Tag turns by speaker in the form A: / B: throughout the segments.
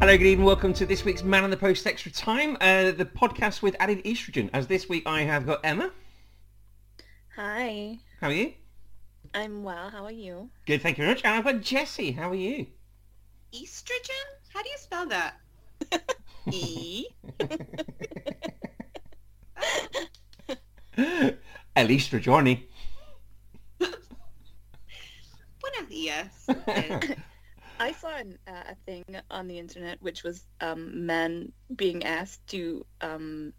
A: Hello, good evening. Welcome to this week's Man on the Post Extra Time, uh, the podcast with added estrogen. As this week, I have got Emma.
B: Hi,
A: How are you?
B: I'm well. How are you?
A: Good, thank you very much. And I've got Jesse. How are you?
C: Estrogen? How do you spell that? e?
A: El Johnny.
C: What are the S?
B: I saw an, uh, a thing on the internet which was um, men being asked to um,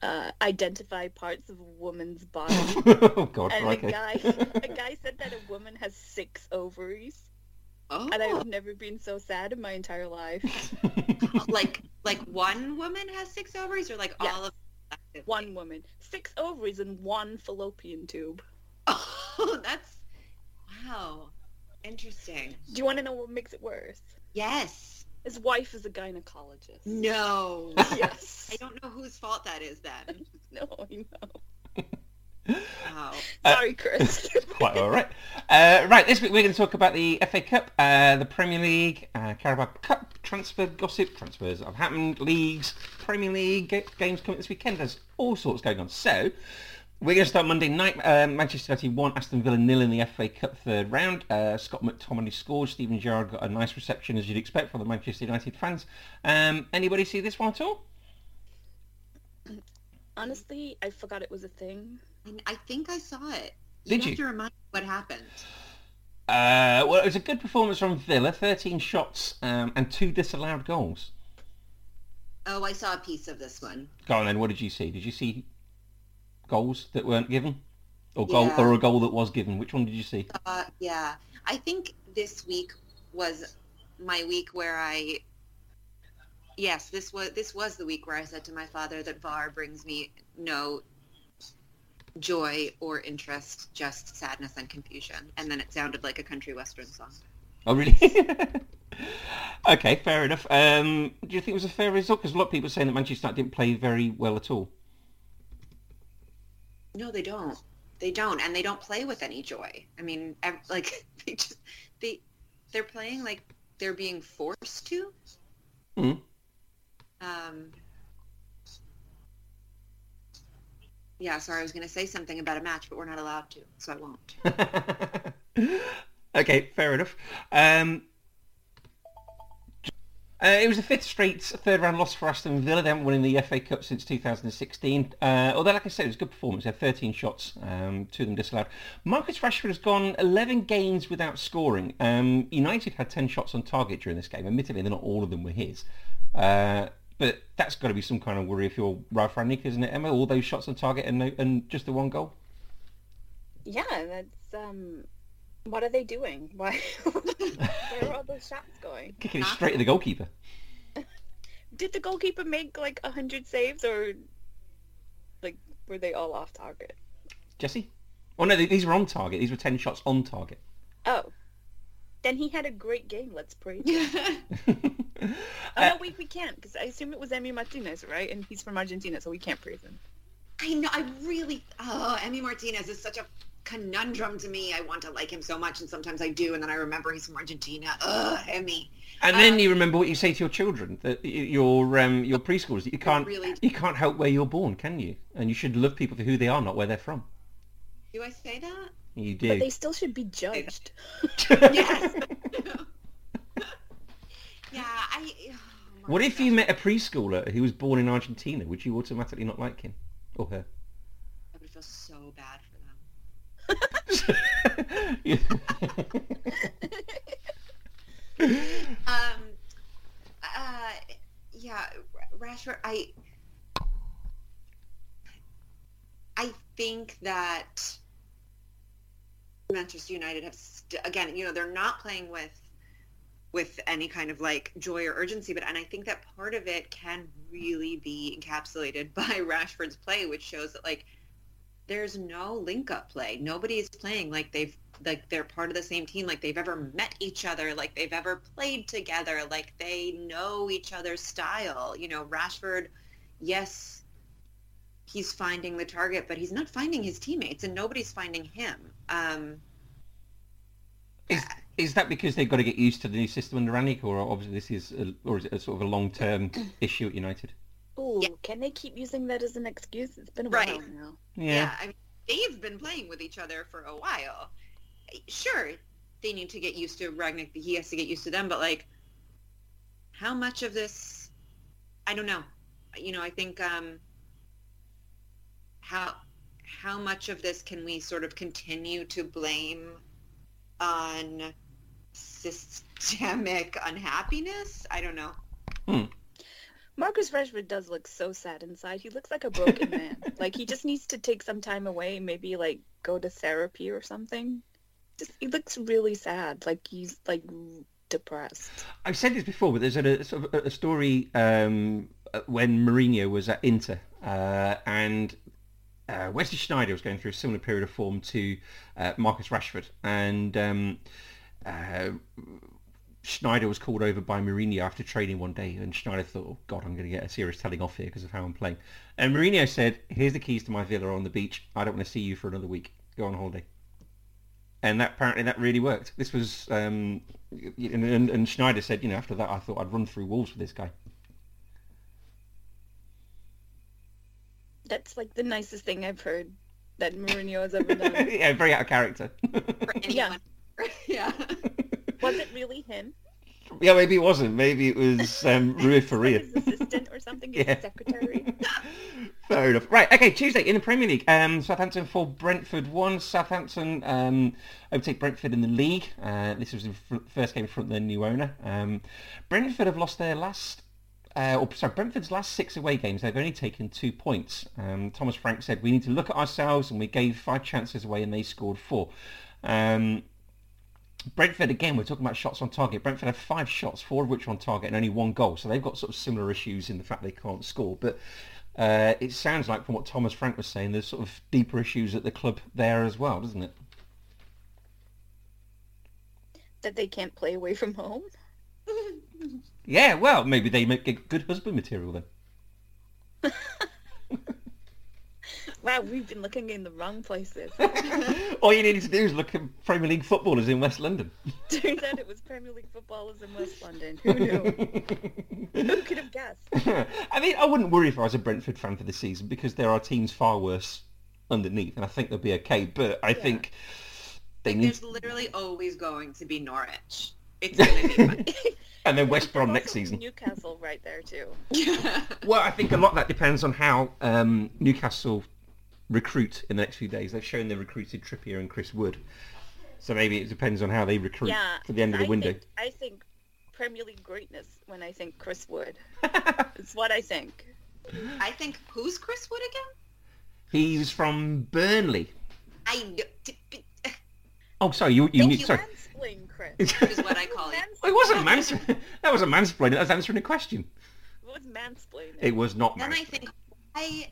B: uh, identify parts of a woman's body,
A: oh God,
B: and
A: crikey.
B: a guy a guy said that a woman has six ovaries,
C: Oh,
B: and I've never been so sad in my entire life.
C: oh, like like one woman has six ovaries, or like
B: Yeah.
C: all of
B: One woman, six ovaries and one fallopian tube.
C: Oh, that's wow, interesting.
B: Do you want to know what makes it worse?
C: Yes.
B: His wife is a gynecologist.
C: No.
B: Yes.
C: I don't know whose fault that is then.
B: no, I know.
C: Wow.
A: Uh,
B: Sorry, Chris.
A: Quite all right. Uh, right, this week we're going to talk about the FA Cup, uh, the Premier League, uh, Carabao Cup, transfer gossip, transfers that have happened, leagues, Premier League ga- games coming this weekend. There's all sorts going on. So we're going to start Monday night. Uh, Manchester United won Aston Villa nil in the FA Cup third round. Uh, Scott McTominay scored. Stephen Gerrard got a nice reception, as you'd expect from the Manchester United fans. Um, anybody see this one at all?
B: Honestly, I forgot it was a thing.
C: And I think I saw it.
A: Did
C: have
A: you?
C: to remind me what happened.
A: Uh, well, it was a good performance from Villa. 13 shots um, and two disallowed goals.
C: Oh, I saw a piece of this one.
A: Go on then, what did you see? Did you see goals that weren't given? Or goal
C: Yeah.
A: or a goal that was given? Which one did you see?
C: Uh, yeah, I think this week was my week where I. Yes, this was this was the week where I said to my father that VAR brings me no joy or interest, just sadness and confusion. And then it sounded like a country western song.
A: Oh really? okay, fair enough. Um, do you think it was a fair result? Because a lot of people are saying that Manchester United didn't play very well at all.
C: No, they don't. They don't, and they don't play with any joy. I mean, ev- like they just they they're playing like they're being forced to.
A: Mm.
C: Um. Yeah, sorry, I was going to say something about a match, but we're not allowed to, so I won't.
A: okay, fair enough. Um, uh, it was the fifth straight third round loss for Aston Villa. They haven't won in the FA Cup since 2016. Uh, although, like I said, it was a good performance. They had 13 shots, um, two of them disallowed. Marcus Rashford has gone 11 games without scoring. Um, United had 10 shots on target during this game. Admittedly, not all of them were his. Uh, but that's got to be some kind of worry if you're Ralph Rangnick, isn't it, Emma? All those shots on target and, no, and just the one goal?
B: Yeah, that's um. What are they doing? Why? Where are all those shots going?
A: Kicking it straight at the goalkeeper.
B: Did the goalkeeper make like a hundred saves, or like were they all off target?
A: Jesse? Oh no, th- these were on target. These were ten shots on target.
B: Oh, then he had a great game. Let's pray. Oh
A: Uh,
B: no, we we can't because I assume it was Emi Martinez, right? And he's from Argentina, so we can't praise him.
C: I know. I really. Oh, Emmy Martinez is such a conundrum to me. I want to like him so much, and sometimes I do, and then I remember he's from Argentina. Ugh, Emmy.
A: and then you remember what you say to your children, that y- your um, your preschoolers, that you can't
C: really-
A: you can't help where you're born, can you? And you should love people for who they are, not where they're from.
C: Do I say that?
A: You
B: But
A: do.
B: they still should be judged.
C: yes. yeah, I. Oh
A: What if you met a preschooler who was born in Argentina? Would you automatically not like him or her?
C: I would feel so bad for them.
A: You-
C: Um, uh, yeah, R- Rashford. I, I think that Manchester United have st- again. You know, they're not playing with with any kind of like joy or urgency, but and I think that part of it can really be encapsulated by Rashford's play, which shows that like there's no link up play. Nobody is playing like they've like they're part of the same team, like they've ever met each other, like they've ever played together, like they know each other's style. You know, Rashford, yes, he's finding the target, but he's not finding his teammates, and nobody's finding him. Um,
A: is, is that because they've got to get used to the new system under Rannick, or obviously this is, a, or is it a sort of a long-term issue at United?
B: Ooh,
C: Yeah.
B: can they keep using that as an excuse? It's been a
C: Right.
B: while now.
C: yeah. I mean, they've been playing with each other for a while. Sure, they need to get used to Ragnick. He has to get used to them, but like, how much of this? I don't know. You know, I think um, how how much of this can we sort of continue to blame on systemic unhappiness? I don't know.
B: Marcus Rashford does look so sad inside. He looks like a broken man. Like he just needs to take some time away, maybe like go to therapy or something. Just he looks really sad. Like he's like depressed.
A: I've said this before, but there's a, a sort of a, a story um, uh, when Mourinho was at Inter uh, and uh, Wesley Schneider was going through a similar period of form to uh, Marcus Rashford, and um, uh, Schneider was called over by Mourinho after training one day, and Schneider thought, "Oh God, I'm going to get a serious telling off here because of how I'm playing." And Mourinho said, "Here's the keys to my villa on the beach. I don't want to see you for another week. Go on holiday." and that apparently that really worked. This was um, y- y- and, and, and Schneider said, you know, after that I thought I'd run through walls with this guy.
B: That's like the nicest thing I've heard that Mourinho has ever done.
A: yeah, very out of character.
C: For
B: Yeah.
C: anyone. Yeah.
B: Was it really him?
A: yeah, maybe it wasn't. Maybe it was um, Rui Faria.
B: His assistant or something? His
A: Yeah.
B: secretary?
A: Fair enough. Right, okay, Tuesday in the Premier League. Um, Southampton 4, Brentford 1. Southampton um, overtake Brentford in the league. Uh, this was the fr- first game in front of their new owner. Um, Brentford have lost their last... Uh, or, sorry, Brentford's last six away games, they've only taken two points. Um, Thomas Frank said, we need to look at ourselves, and we gave five chances away, and they scored four. Um, Brentford again, we're talking about shots on target. Brentford have five shots, four of which are on target, and only one goal. So they've got sort of similar issues in the fact they can't score. But uh, it sounds like from what Thomas Frank was saying, there's sort of deeper issues at the club there as well, doesn't it?
B: that they can't play away from home?
A: Yeah, well, maybe they make get good husband material then.
B: Wow, we've been looking in the wrong places.
A: All you needed to do is look at Premier League footballers in West Londers
B: Turns out it was Premier League footballers in West London. Who knew? Who could have guessed?
A: I mean, I wouldn't worry if I was a Brentford fan for the season because there are teams far worse underneath, and I think they'll be okay. But I think they
C: Like,
A: need,
C: there's literally always going to be Norwich. It's gonna be fun.
A: and then West Brom next
B: Also
A: season.
B: Newcastle right there too.
C: Yeah.
A: Well, I think a lot of that depends on how um, Newcastle recruit in the next few days. They've shown they recruited Trippier and Chris Wood, so maybe it depends on how they recruit
B: Yeah.
A: for the end of the
B: I
A: window.
B: Think, I think Premier League greatness when I think Chris Wood. it's what I think.
C: I think who's Chris Wood again?
A: He's from Burnley.
C: I kn- t- p-
A: Oh, sorry, you you
B: Thank
A: knew,
B: you,
A: sorry.
B: mansplain, Chris.
A: it
C: is what I call Oh, it.
B: Mans-
A: wasn't mans. that wasn't mansplaining. That was answering a question.
B: What was mansplaining?
A: It was not
C: Then I
A: mansplaining.
C: think why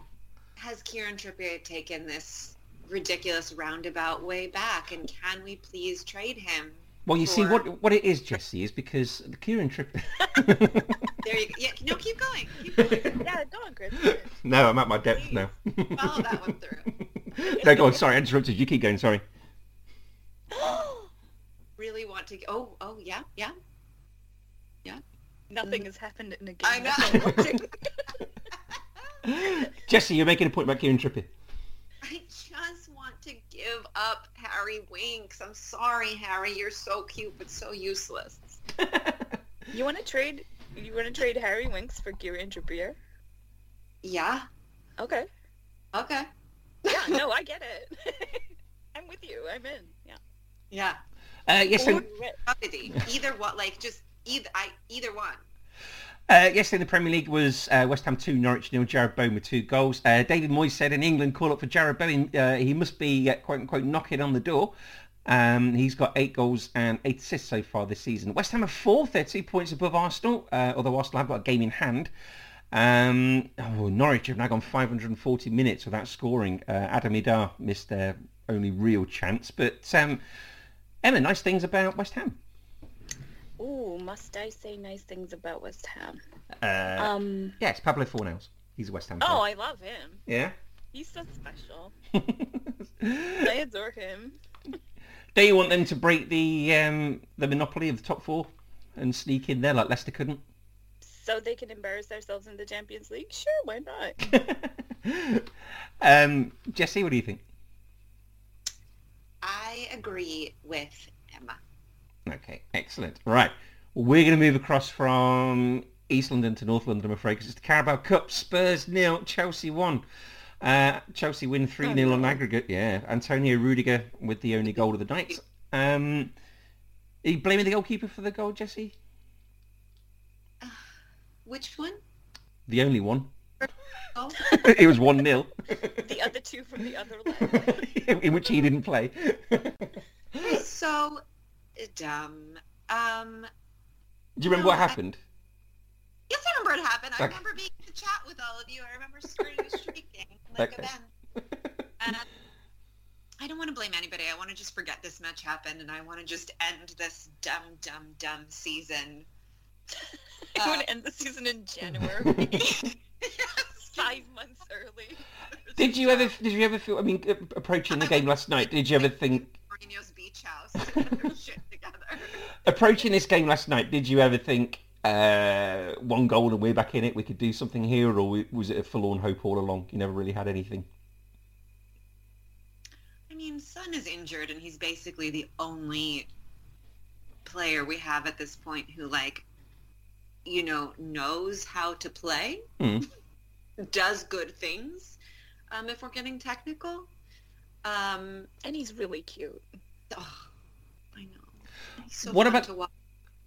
C: has Kieran Trippier taken this ridiculous roundabout way back, and can we please trade him?
A: Well, you see
C: for-
A: what what it is, Jesse, is because the Kieran Trippier.
C: There you go. Yeah, no, keep going. Keep going.
B: Yeah, go on, Chris.
A: no, I'm at my depth
C: Please
A: now.
C: Follow that one through.
A: no, go on. Sorry, I interrupted you. Keep going. Sorry.
C: Really want to? Oh, oh yeah, yeah.
B: Nothing has happened in a game.
C: I
B: I've been
C: know.
B: watching.
A: Jesse, you're making a point about Kieran Trippier.
C: I just want to give up Harry Winks. I'm sorry, Harry. You're so cute, but so useless.
B: You want to trade You want to trade Harry Winks for Kieran Trippier?
C: Yeah.
B: Okay.
C: Okay.
B: Yeah, no, I get it. I'm with you. I'm in. Yeah.
C: Yeah.
A: Uh, yes,
B: Or
A: in,
B: Ri-
C: Comedy. Either one, like just either I either one.
A: uh, yes, in the Premier League was uh, West Ham 2, Norwich nil. Jared Bowen with two goals. Uh, David Moyes said in England, call up for Jared Bowen. Uh, he must be, uh, quote unquote, knocking on the door. Um, he's got eight goals and eight assists so far this season. West Ham are fourth. They're two points above Arsenal, uh, although Arsenal have got a game in hand. Um, oh, Norwich have now gone 540 minutes without scoring. Uh, Adam Idar missed their only real chance. But um, Emma, nice things about West Ham.
B: Ooh, must I say nice things about West Ham?
A: Uh,
B: Um.
A: Yeah, it's Pablo Fornells. He's a West Ham fan.
B: Oh, I love him.
A: yeah.
B: He's so special. I adore him.
A: Do you want them to break the um, the monopoly of the top four and sneak in there like Leicester couldn't?
B: So they can embarrass themselves in the Champions League? Sure, why not?
A: um, Jesse, what do you think?
C: I agree with Emma.
A: Okay, excellent. Right, we're going to move across from East London to North London, I'm afraid, because it's the Carabao Cup. Spurs nil, Chelsea one. Uh, Chelsea win 3 0 on aggregate. Yeah, Antonio Rudiger with the only goal of the night. Um, are you blaming the goalkeeper for the goal, Jesse?
C: Which one?
A: The only one.
C: Oh,
A: it was 1 0,
B: The other two from the other leg.
A: in which he didn't play.
C: it's so dumb. Um,
A: Do you remember what happened?
C: yes, I remember it happened. I
A: Okay.
C: remember being in the chat with all of you. I remember screaming, and shrieking like
A: Okay.
C: a man. And I don't want to blame anybody. I want to just forget this match happened, and I want to just end this dumb, dumb, dumb season.
B: I want to end the season in January,
C: Yes.
B: five months early.
A: Did you ever? Did you ever feel? I mean, a- approaching the game last night, did you ever think?
C: Mourinho's beach house. to get their shit together.
A: Approaching this game last night, did you ever think uh, one goal and we're back in it? We could do something here, or we- was it a forlorn hope all along? You never really had anything.
C: I mean, Son is injured, and he's basically the only player we have at this point who, like, you know, knows how to play,
A: Hmm.
C: does good things. Um, if we're getting technical, um,
B: And he's really cute.
C: oh, I know. He's so
A: What
C: fun
A: about-
C: to watch.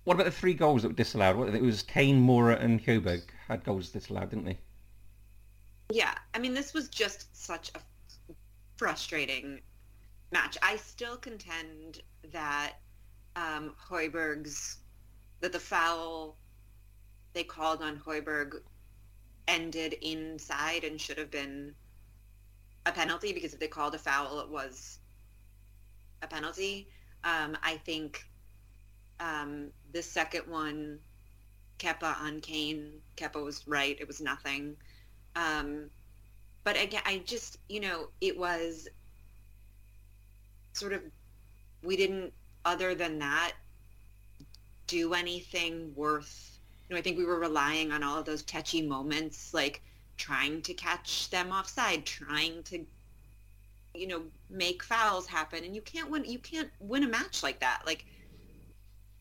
A: What about the three goals that were disallowed? What, it was Kane, Mora, and Hoberg had goals disallowed, didn't they?
C: Yeah, I mean, this was just such a frustrating match. I still contend that um, Hoiberg's that the foul they called on Hoiberg ended inside and should have been a penalty because if they called a foul, it was a penalty. Um, I think um, the second one, Keppa on Kane, Keppa was right. It was nothing. Um, but again, I just, you know, it was sort of, we didn't, other than that, do anything worth, you know, I think we were relying on all of those touchy moments, like trying to catch them offside, trying to, you know, make fouls happen. And you can't win, you can't win a match like that. Like,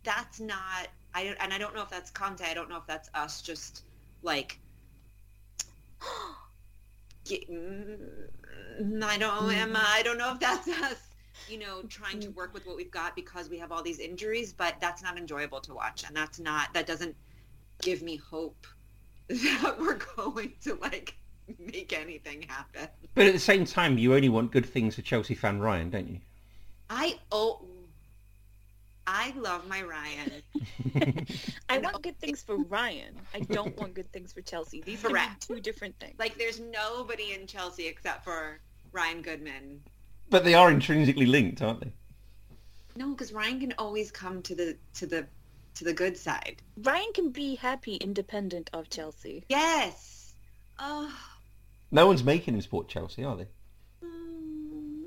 C: that's not, I don't, and I don't know if that's Conte. I don't know if that's us just like Ye- mm, I don't, Emma. I don't know if that's us. You know, trying to work with what we've got because we have all these injuries, but that's not enjoyable to watch, and that's not that doesn't give me hope that we're going to like make anything happen.
A: But at the same time, you only want good things for Chelsea fan Ryan, don't you?
C: I oh, I love my Ryan.
B: I want good things for Ryan. I don't want good things for Chelsea. These are
C: Correct.
B: two different things.
C: Like, there's nobody in Chelsea except for Ryan Goodman.
A: But they are intrinsically linked, aren't they?
C: No, because Ryan can always come to the to the to the good side.
B: Ryan can be happy independent of Chelsea.
C: Yes. Oh.
A: No one's making him support Chelsea, are they?
C: mm.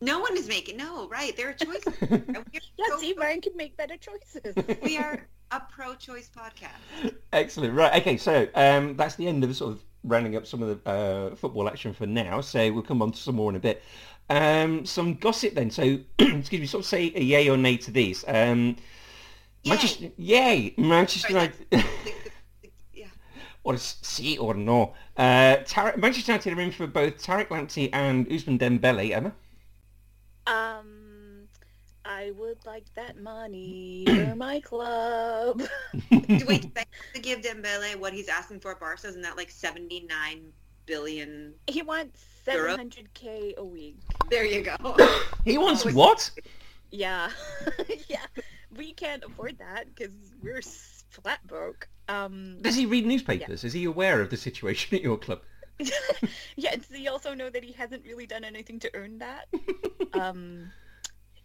C: No one is making. No, right. There are choices. And we, are
B: Yeah,
C: so-
B: see, Ryan can make better choices.
C: we are a pro-choice podcast.
A: Excellent. Right. Okay. So um, that's the end of the sort of rounding up some of the uh, football action for now. So we'll come on to some more in a bit. Um, some gossip then. So excuse me. Sort of say a yay or nay to these. Um,
C: Yay!
A: Manchester, yay, Manchester
C: Sorry,
A: United.
C: yeah.
A: or see or no. Uh, Tarek, Manchester United are in for both Tarek Lamptey and Usman Dembele, Emma.
B: Um, I would like that money for my club.
C: Do we expect to give Dembele what he's asking for at Barca? Isn't that like 79 billion?
B: He wants
C: Euro?
B: 700k a week.
C: There you go.
A: He wants
C: Oh,
A: what?
B: Yeah, yeah. We can't afford that because we're s- flat broke. Um,
A: Does he read newspapers? Is he aware of the situation at your club?
B: yeah. Does he also know that he hasn't really done anything to earn that? um,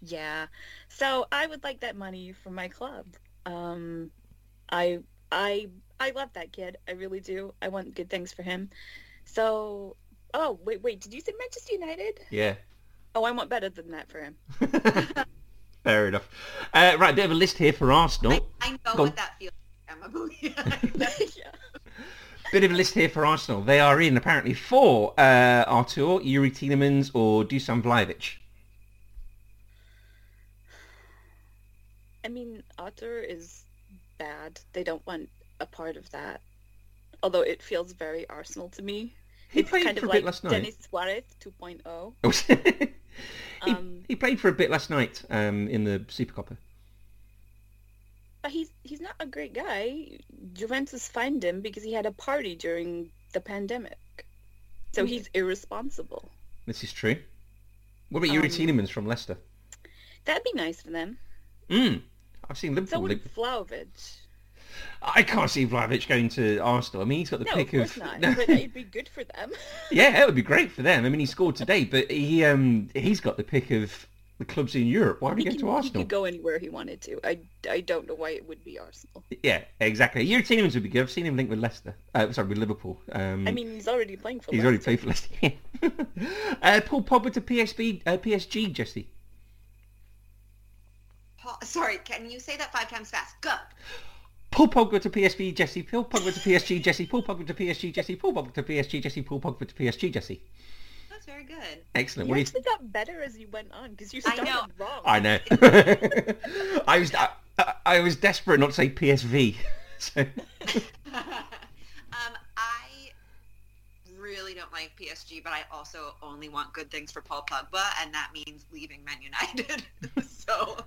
B: yeah. So I would like that money for my club. Um, I I I love that kid. I really do. I want good things for him. So. Oh wait, wait. Did you say Manchester United?
A: Yeah.
B: Oh, I want better than that for him.
A: Fair enough. Uh, right, a bit of a list here for
C: I,
A: Arsenal.
C: I know
A: Go on.
C: what that feels like, Emma. Yeah.
B: yeah.
A: Bit of a list here for Arsenal. They are in apparently for uh, Artur, Yuri Tielemans, or Dusan Vlahovic.
B: I mean, Otter is bad. They don't want a part of that. Although it feels very Arsenal to me.
A: He
B: it's
A: played
B: kind
A: for a
B: of like
A: bit last night.
B: Denis Suarez oh. 2.0.
A: he,
B: Um,
A: he played for a bit last night um, in the Super Copper.
B: But he's he's not a great guy. Juventus fined him because he had a party during the pandemic. So he's irresponsible.
A: This is true. What about Yuri
B: Um,
A: Tielemans from Leicester?
B: That'd be nice for them.
A: Mm. I've seen
B: So
A: Liverpool.
B: would
A: Liv-
B: Vlaovic.
A: I can't see Vlahovic going to Arsenal. I mean, he's got the
B: No, of
A: pick
B: course
A: of.
B: not. But it'd be good for them.
A: yeah, that would be great for them. I mean, he scored today, but he um he's got the pick of the clubs in Europe. Why would he
B: He
A: go
B: can-
A: to
B: he
A: Arsenal?
B: could go anywhere he wanted to. I, I don't know why it would be Arsenal.
A: Yeah, exactly. Yuri Tielemans would be good. I've seen him linked with Leicester. Uh, sorry, with Liverpool. Um,
B: I mean, he's already playing for
A: he's
B: Leicester.
A: already played for Leicester. uh, Paul Pogba to PSB, uh, PSG, Jesse.
C: Paul, sorry, can you say that five times fast? Go.
A: Paul Pogba to PSV, Jesse. Paul Pogba to PSG, Jesse. Paul Pogba to PSG, Jesse. Paul Pogba to PSG, Jesse. Paul Pogba to PSG, Jesse.
C: That's very good.
A: Excellent.
B: You
A: What do you
B: actually got better as you went on because you
C: I
B: started
C: know.
B: wrong.
A: I know. I was I, I was desperate not to say PSV. So,
C: um, I really don't like PSG, but I also only want good things for Paul Pogba, and that means leaving Man United. so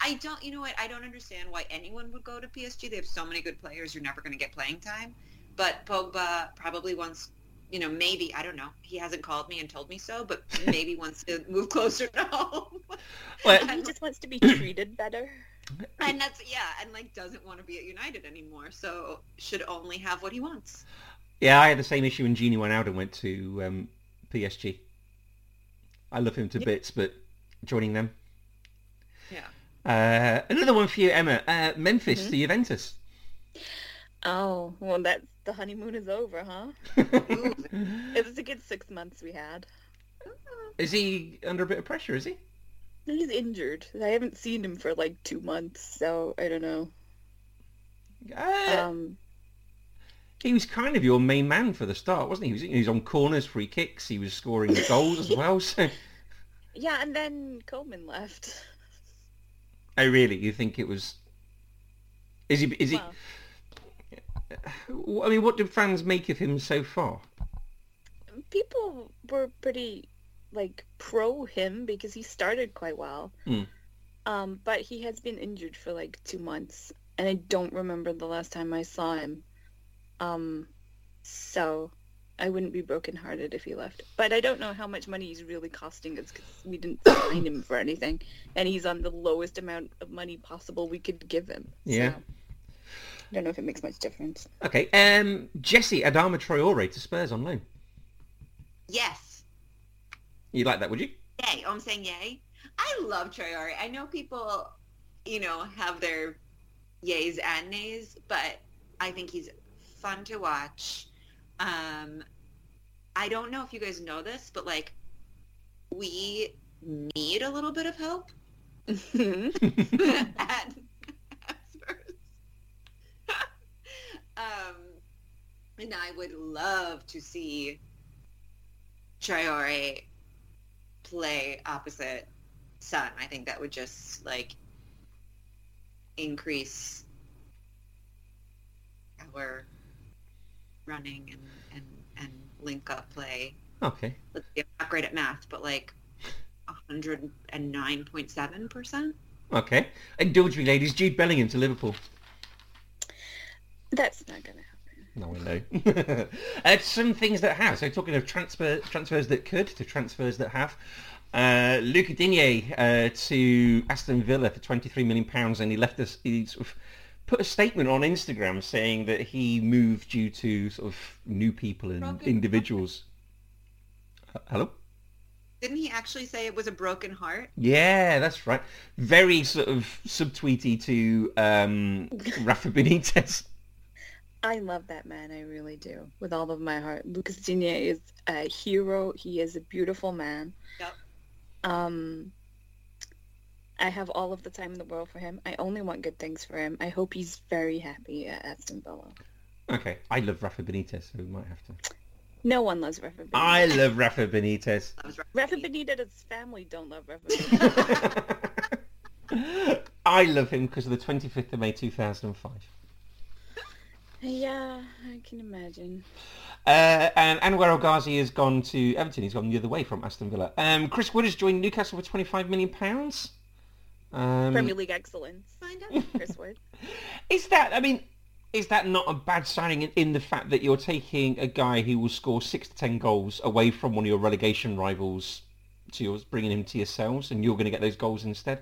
C: I don't, you know what? I don't understand why anyone would go to PSG. They have so many good players; you're never going to get playing time. But Pogba probably wants, you know, maybe I don't know. He hasn't called me and told me so, but maybe wants to move closer to home.
A: well,
B: He just wants to be treated better.
C: and that's yeah, and like doesn't want to be at United anymore, so should only have what he wants.
A: yeah, I had the same issue when Genie went out and went to um, PSG. I love him to bits, but joining them.
C: Yeah.
A: Uh, another one for you, Emma. Uh, Memphis
B: Mhm.
A: to Juventus.
B: Oh, well, that's the honeymoon is over, huh?
C: Ooh,
B: It was a good six months we had.
A: is he under a bit of pressure? Is he?
B: He's injured. I haven't seen him for like two months, so I don't know.
A: Uh,
B: Um,
A: He was kind of your main man for the start, wasn't he? He was, he was on corners, free kicks. He was scoring goals as well. So,
B: yeah, and then Coleman left.
A: oh really? You think it was? Is he? Is he?
B: Well,
A: I mean, what do fans make of him so far?
B: people were pretty like pro him because he started quite well.
A: Hmm.
B: Um, but he has been injured for like two months, and I don't remember the last time I saw him. Um, so I wouldn't be brokenhearted if he left. But I don't know how much money he's really costing us because we didn't sign him for anything, and he's on the lowest amount of money possible we could give him.
A: Yeah.
B: So, I don't know if it makes much difference.
A: Okay, um, Jesse Adama Traore to Spurs on loan.
C: yes.
A: You like that, would you?
C: Yay. Oh, I'm saying yay. I love Traore. I know people, you know, have their yays and nays, but I think he's fun to watch. Um, I don't know if you guys know this, but like we need a little bit of help at, at Spurs. um, and I would love to see Traore play opposite Sun. I think that would just like increase our running and, and, and link up play.
A: Okay.
C: Let's see, I'm not great at math, but like 109.7%.
A: Okay. Indulge me, ladies. Jude Bellingham to Liverpool.
B: That's not gonna happen.
A: No, I know. uh, some things that have. So talking of transfer transfers that could to transfers that have. Uh, Luca Digne uh, to Aston Villa for 23 million pounds, and he left us. He sort of put a statement on Instagram saying that he moved due to sort of new people and
C: Broken-
A: individuals. H- Hello.
C: Didn't he actually say it was a broken heart?
A: Yeah, that's right. Very sort of subtweety to um, Rafa Benitez.
B: I love that man. I really do, with all of my heart. Lucas Digne is a hero. He is a beautiful man.
C: Yep.
B: Um, I have all of the time in the world for him. I only want good things for him. I hope he's very happy at Aston Villa.
A: Okay, I love Rafa Benitez, so we might have to.
B: No one loves Rafa Benitez.
A: I love Rafa Benitez.
C: That was right.
B: Rafa Benitez's family don't love Rafa Benitez.
A: I love him because of the 25th of May 2005.
B: yeah, I can imagine.
A: Uh, and Anwar El Ghazi has gone to Everton. He's gone the other way from Aston Villa. Um, Chris Wood has joined Newcastle for 25 million pounds. Um,
B: Premier League excellence.
C: Find out.
B: Chris Wood.
A: is that? I mean, is that not a bad signing in, in the fact that you're taking a guy who will score six to ten goals away from one of your relegation rivals to yours, bringing him to yourselves, and you're going to get those goals instead?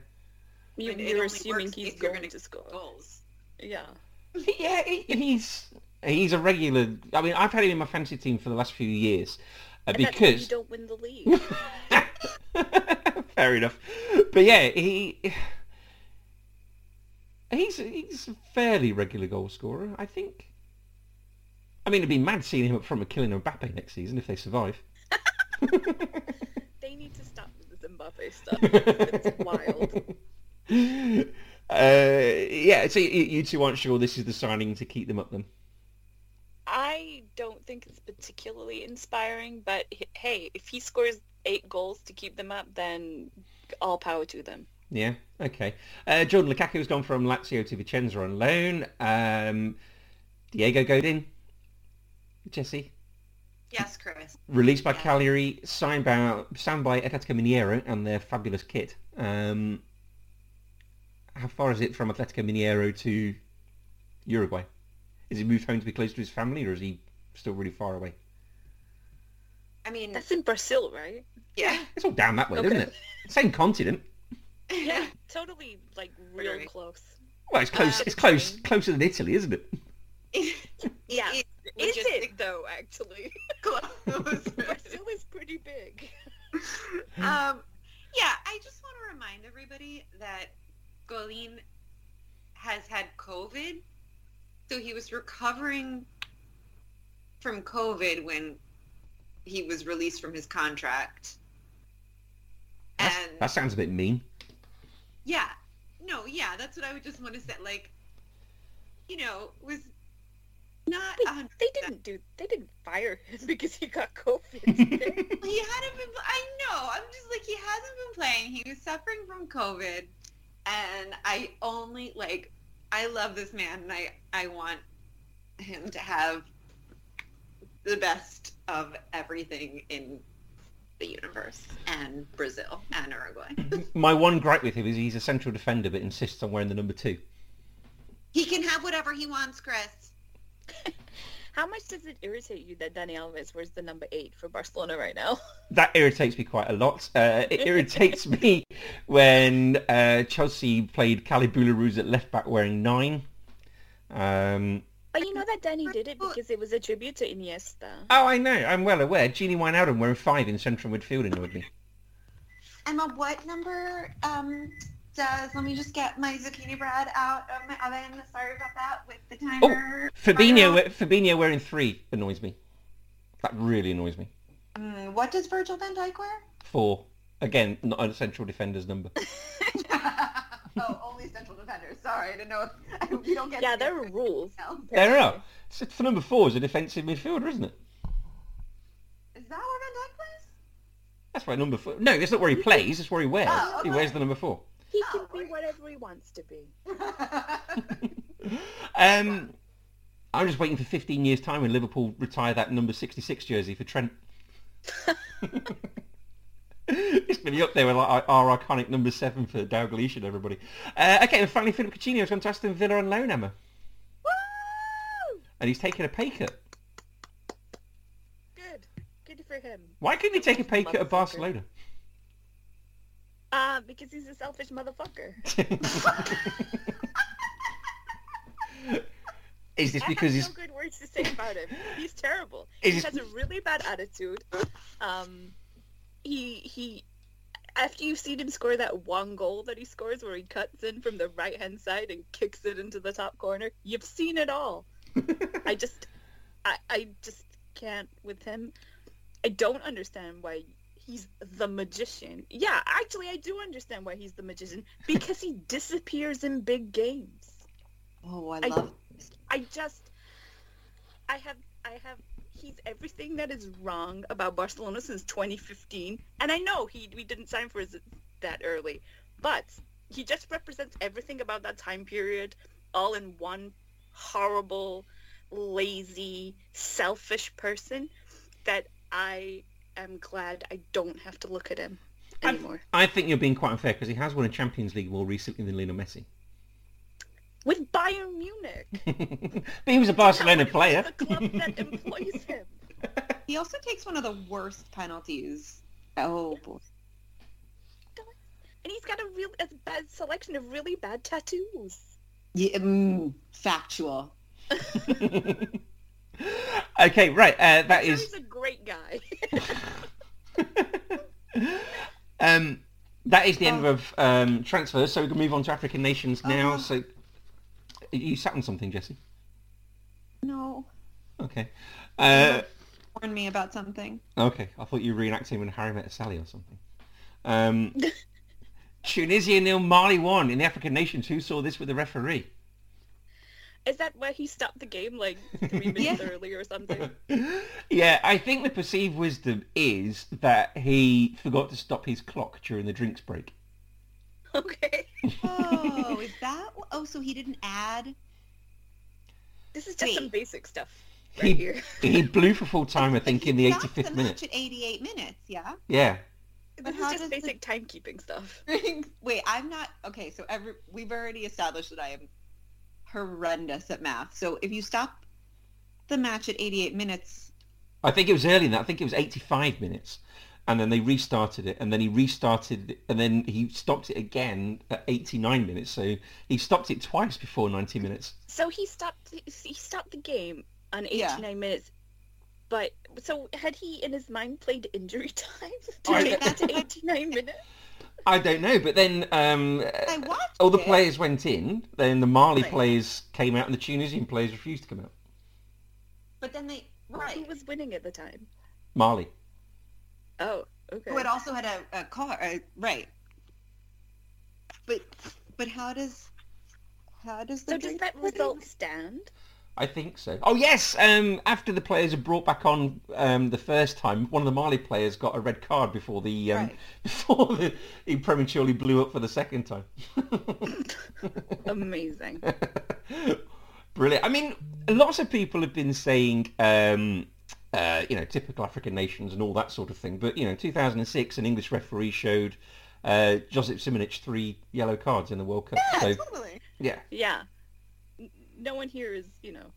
B: You,
C: But it
B: you're
C: only
B: assuming
C: works
B: he's
C: if you're
B: going
C: gonna
B: to
C: get
B: score.
C: Goals.
B: Yeah.
A: Yeah, he- he's he's a regular. I mean, I've had him in my fantasy team for the last few years uh,
B: And that's why you
A: because
B: don't win the league.
A: fair enough. But yeah, he he's he's a fairly regular goal scorer, I think. I mean, it'd be mad seeing him up front with Killing Mbappe next season if they survive.
B: they need to stop with the Zimbabwe stuff. it's wild.
A: Uh, yeah, so you, you two aren't sure this is the signing to keep them up then?
B: I don't think it's particularly inspiring, but h- hey, if he scores eight goals to keep them up, then all power to them.
A: Yeah. Okay. Uh, Jordan Lukaku has gone from Lazio to Vicenza on loan. Um, Diego Godin, Jesse,
C: Yes, Chris.
A: released by Cagliari, signed by signed by Atletico Mineiro and their fabulous kit. Um, how far is it from Atletico Mineiro to Uruguay? Has he moved home to be close to his family, or is he still really far away?
C: I mean,
B: That's in Brazil, right?
C: yeah.
A: It's all down that way, isn't
B: Okay.
A: it? Same continent.
B: Yeah, totally, like real
C: Right.
B: close.
A: Well, it's close.
C: Uh,
A: it's close. Closer than Italy, isn't it?
B: Yeah.
C: It
B: Is
C: logistic-
B: it though? Actually,
C: close.
B: Brazil is pretty big.
C: um, yeah, I just want to remind everybody that Golin has had COVID, so he was recovering from COVID when he was released from his contract.
A: That's-
C: And
A: that sounds a bit mean.
C: yeah, no, yeah, that's what I would just want to say. Like, you know, was not
B: Wait,
C: a hundred.
B: They didn't do. They didn't fire him because he got COVID. They-
C: He hadn't been. I know. I'm just like he hasn't been playing. He was suffering from COVID, and I only like. I love this man, and I I want him to have the best of everything in the universe and Brazil and Uruguay.
A: My one gripe with him is he's a central defender but insists on wearing the number two.
C: he can have whatever he wants, Chris.
B: How much does it irritate you that Dani Alves wears the number eight for Barcelona right now?
A: That irritates me quite a lot. Uh, it irritates me when uh, Chelsea played Cali Boularoos at left back wearing nine. Um,
B: But you know that Danny did it because it was a tribute to Iniesta.
A: oh, I know. I'm well aware. Genie Wijnaldum wearing five in central midfield annoyed me.
C: Emma, what number um does? Let me just get my zucchini bread out of my oven. Sorry about that. With the timer.
A: Fabinho, we- Fabinho wearing three annoys me. That really annoys me.
C: Mm, what does Virgil Van Dyke wear?
A: Four. Again, not a central defender's number.
C: oh, only central defenders. Sorry, I don't know. If, we don't get.
B: Yeah,
C: to
B: there
C: know
B: are rules.
C: now.
A: there are. For number four is a defensive midfielder, isn't it?
C: Is that where Van Dyke plays?
A: That's why number four. No, that's not where he plays. That's where he wears.
C: Oh,
A: He
C: okay.
A: wears the number four.
B: He can be whatever he wants to be.
A: Um, I'm just waiting for 15 years' time when Liverpool retire that number 66 jersey for Trent. it's going to be up there with like, our our iconic number 7 for Dalgleish and everybody. Uh, okay, and finally, Philip Coutinho has gone to Aston Villa on loan, Emma.
B: Woo!
A: And he's taking a pay cut.
B: Good. Good for him.
A: Why couldn't he take a pay cut at
B: Motherfucker.
A: Barcelona?
B: Uh, because he's a selfish motherfucker.
A: Is this
B: I
A: because he's...
B: have no good words to say about him. He's terrible.
A: Is
B: he
A: it-
B: has a really bad attitude. Um, he he. After you've seen him score that one goal that he scores, where he cuts in from the right hand side and kicks it into the top corner, you've seen it all. I just, I I just can't with him. I don't understand why he's the magician. Yeah, actually, I do understand why he's the magician because he disappears in big games.
C: oh, I
B: I-
C: love.
B: I just, I have, I have, he's everything that is wrong about Barcelona since 2015, and I know he we didn't sign for his, that early, but he just represents everything about that time period, all in one horrible, lazy, selfish person that I am glad I don't have to look at him
A: I-
B: anymore.
A: I think you're being quite unfair because he has won a Champions League more recently than Lionel Messi.
B: With Bayern Munich,
A: but he was a Barcelona player.
B: the club that employs him.
C: He also takes one of the worst penalties. Oh boy.
B: and he's got a real a bad selection of really bad tattoos.
C: Yeah, mm, factual.
A: okay, right. Uh, that
B: Sure,
A: is
B: he's a great guy.
A: um, that is the
B: Oh.
A: end of um, transfers. So we can move on to African nations now.
C: Uh-huh.
A: So you sat on something, Jesse.
C: No.
A: Okay. Uh,
C: Warn me about something.
B: Mm-hmm.
A: okay. I thought you were reenacting when Harry met Sally or something. Um, Tunisia nil, Mali one in the African nations. Who saw this with the referee?
B: Is that where he stopped the game like three minutes early or something?
A: Yeah, I think the perceived wisdom is that he forgot to stop his clock during the drinks break.
B: Okay.
C: Oh, is that? Oh, so he didn't add.
B: This is just some
C: Wait.
B: basic stuff
A: He-
B: right here.
A: He blew for full time, I think, in the
C: He stopped
A: 85th
C: match
A: minute.
C: At 88 minutes, yeah.
A: Yeah.
C: But
B: This
C: how
B: is just
C: does
B: basic timekeeping stuff.
C: Wait, I'm not okay. So every we've already established that I am horrendous at math. So if you stop the match at 88 minutes,
A: I think it was early in that. I think it was 85 minutes. And then they restarted it. And then he restarted it. And then he stopped it again at 89 minutes. So he stopped it twice before 90 minutes.
B: So he stopped he stopped the game on 89
C: Yeah.
B: minutes. But so had he in his mind played injury time
A: I-
B: to take that to 89 minutes?
A: I don't know. But then um, uh,
C: I watched
A: all the
C: it.
A: players went in. Then the Mali
B: Right.
A: players came out and the Tunisian players refused to come out.
C: But then they
B: Who
C: right.
B: was winning at the time?
A: Mali.
B: Oh, okay.
C: Who had also had a, a car uh, right. But but how does how does the
B: So does
C: drink
B: that
C: play-
B: result stand?
A: I think so. Oh yes. Um, after the players are brought back on um, the first time, one of the Mali players got a red card before the um,
C: Right.
A: before the, he prematurely blew up for the second time.
B: Amazing.
A: Brilliant. I mean, lots of people have been saying, um, uh, you know, typical African nations and all that sort of thing. But you know, 2006, an English referee showed uh, Josip Simonic three yellow cards in the World Cup.
C: Yeah,
A: so
C: totally.
A: yeah,
B: Yeah. N- No one here is, you know.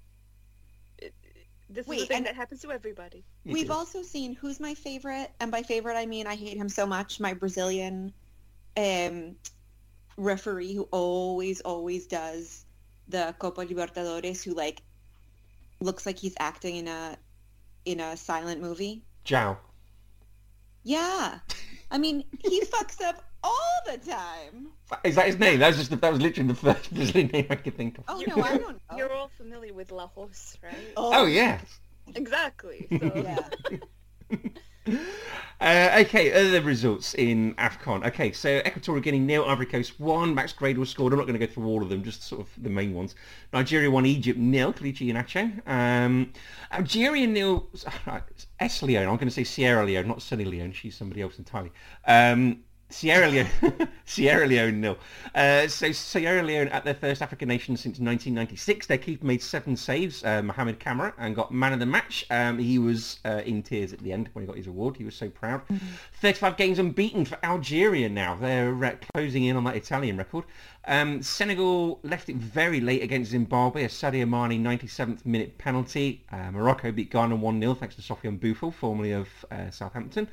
B: It, it- this is
C: Wait,
B: the thing
C: and-
B: that happens to everybody.
A: it
C: We've
A: is.
C: also seen who's my favorite, and by favorite I mean I hate him so much. My Brazilian um, referee who always, always does the Copa Libertadores, who like looks like he's acting in a in a silent movie.
A: Jow.
C: Yeah, I mean he fucks up all the time.
A: Is that his name? That was just the, that was literally the first Brazilian name I could think of.
C: Oh
B: You're-
C: no, I don't know.
B: You're all familiar with La Hos, right?
A: Oh yeah.
B: Exactly. So
C: yeah.
A: Uh, okay, other results in AFCON. Okay, so Equatorial Guinea nil, Ivory Coast one. Max Gradle scored. I'm not going to go through all of them, just sort of the main ones. Nigeria one, Egypt nil. Kalichi Inacho. Um, Algeria nil. uh, S Leone. I'm going to say Sierra Leone, not Sunny Leone. She's somebody else entirely. Um, Sierra Leone, Sierra Leone nil. Uh, so Sierra Leone at their first African nation since 1996. Their keeper made seven saves, uh, Mohamed Camara, and got man of the match. Um, he was uh, in tears at the end when he got his award. He was so proud. 35 games unbeaten for Algeria now. They're uh, closing in on that Italian record. Um, Senegal left it very late against Zimbabwe, a Sadio Mane 97th minute penalty. Uh, Morocco beat Ghana 1-0 thanks to Sofiane Boufal, formerly of uh, Southampton.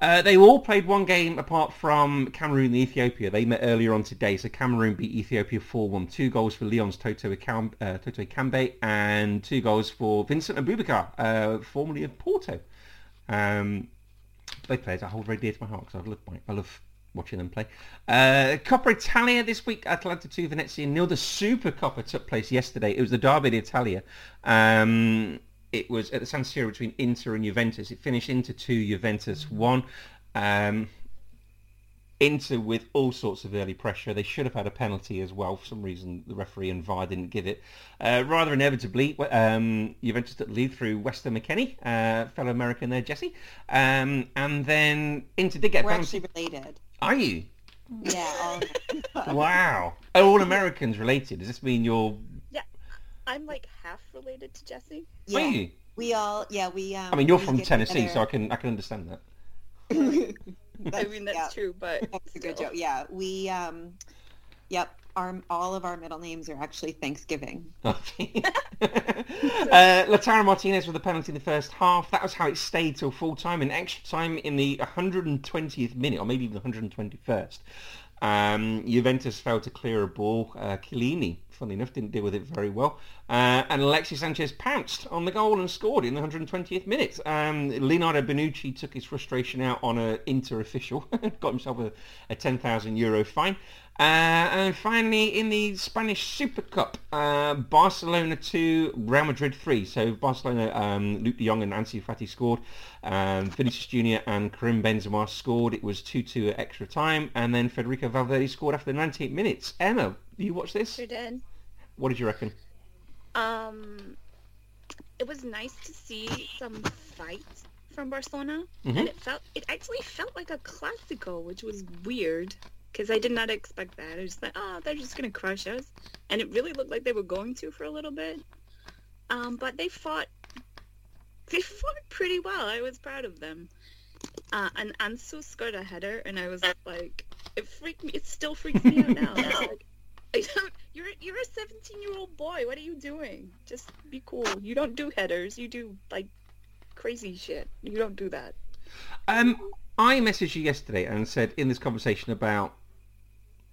A: Uh, they all played one game apart from Cameroon and Ethiopia. They met earlier on today, so Cameroon beat Ethiopia 4-1. Two goals for Leon's Toto, Akam- uh, Toto Kambe and two goals for Vincent Abubakar, uh, formerly of Porto. Um, both players I hold very dear to my heart because I love, my, I love watching them play. Uh, Coppa Italia this week, Atalanta 2, Venezia nil. The Super Coppa took place yesterday. It was the Derby d'Italia. Um, it was at the San Siro between Inter and Juventus. It finished Inter 2, Juventus 1. Um, Inter with all sorts of early pressure. They should have had a penalty as well. For some reason, the referee and VAR didn't give it. Uh, rather inevitably, um, Juventus took the lead through Wester McKenney, uh, fellow American there, Jesse. Um, and then Inter did get a
C: We're
A: penalty.
C: actually related.
A: Are you?
C: Yeah. all of us.
A: Wow. All Americans related. Does this mean you're...
B: I'm like half related to Jesse.
C: yeah.
A: Are you?
C: We all. Yeah. We. Um,
A: I mean, you're
C: we
A: from
C: get
A: Tennessee, so I
C: together-
A: can I can understand that.
B: I
C: That's-
B: mean, that's
C: yeah,
B: true, but
C: That's a good
B: still.
C: joke. Yeah. We. Um. Yep. Our all of our middle names are actually Thanksgiving.
A: Okay. uh, Lautaro Martinez with a penalty in the first half. That was how it stayed till full time and extra time in the 120th minute, or maybe even 121st. Um, Juventus failed to clear a ball. Uh, Chiellini, funny enough, didn't deal with it very well. Uh, and Alexis Sanchez pounced on the goal and scored in the 120th minute. Um, Leonardo Benucci took his frustration out on an Inter official, got himself a, a 10,000 euro fine. Uh, and finally, in the Spanish Super Cup, uh, Barcelona 2, Real Madrid 3. So Barcelona, um, Luke de Jong and Ansu Fati scored. Um, Vinicius Junior and Karim Benzema scored. It was 2-2 at extra time. And then Federico Valverde scored after the 19th minutes. Emma, you watch this?
B: Sure did.
A: What did you reckon?
B: Um, it was nice to see some fight from Barcelona,
A: Mhm.
B: and it felt it actually felt like a classical, which was weird because I did not expect that. I was like, oh, they're just gonna crush us, and it really looked like they were going to for a little bit. Um, but they fought. They fought pretty well. I was proud of them. Uh, and Ansu scored a header, and I was like, it freaked me. It still freaks me out now. I was like, I don't. You're you're a 17 year old boy. What are you doing? Just be cool. You don't do headers. You do like crazy shit. You don't do that.
A: Um, I messaged you yesterday and said in this conversation about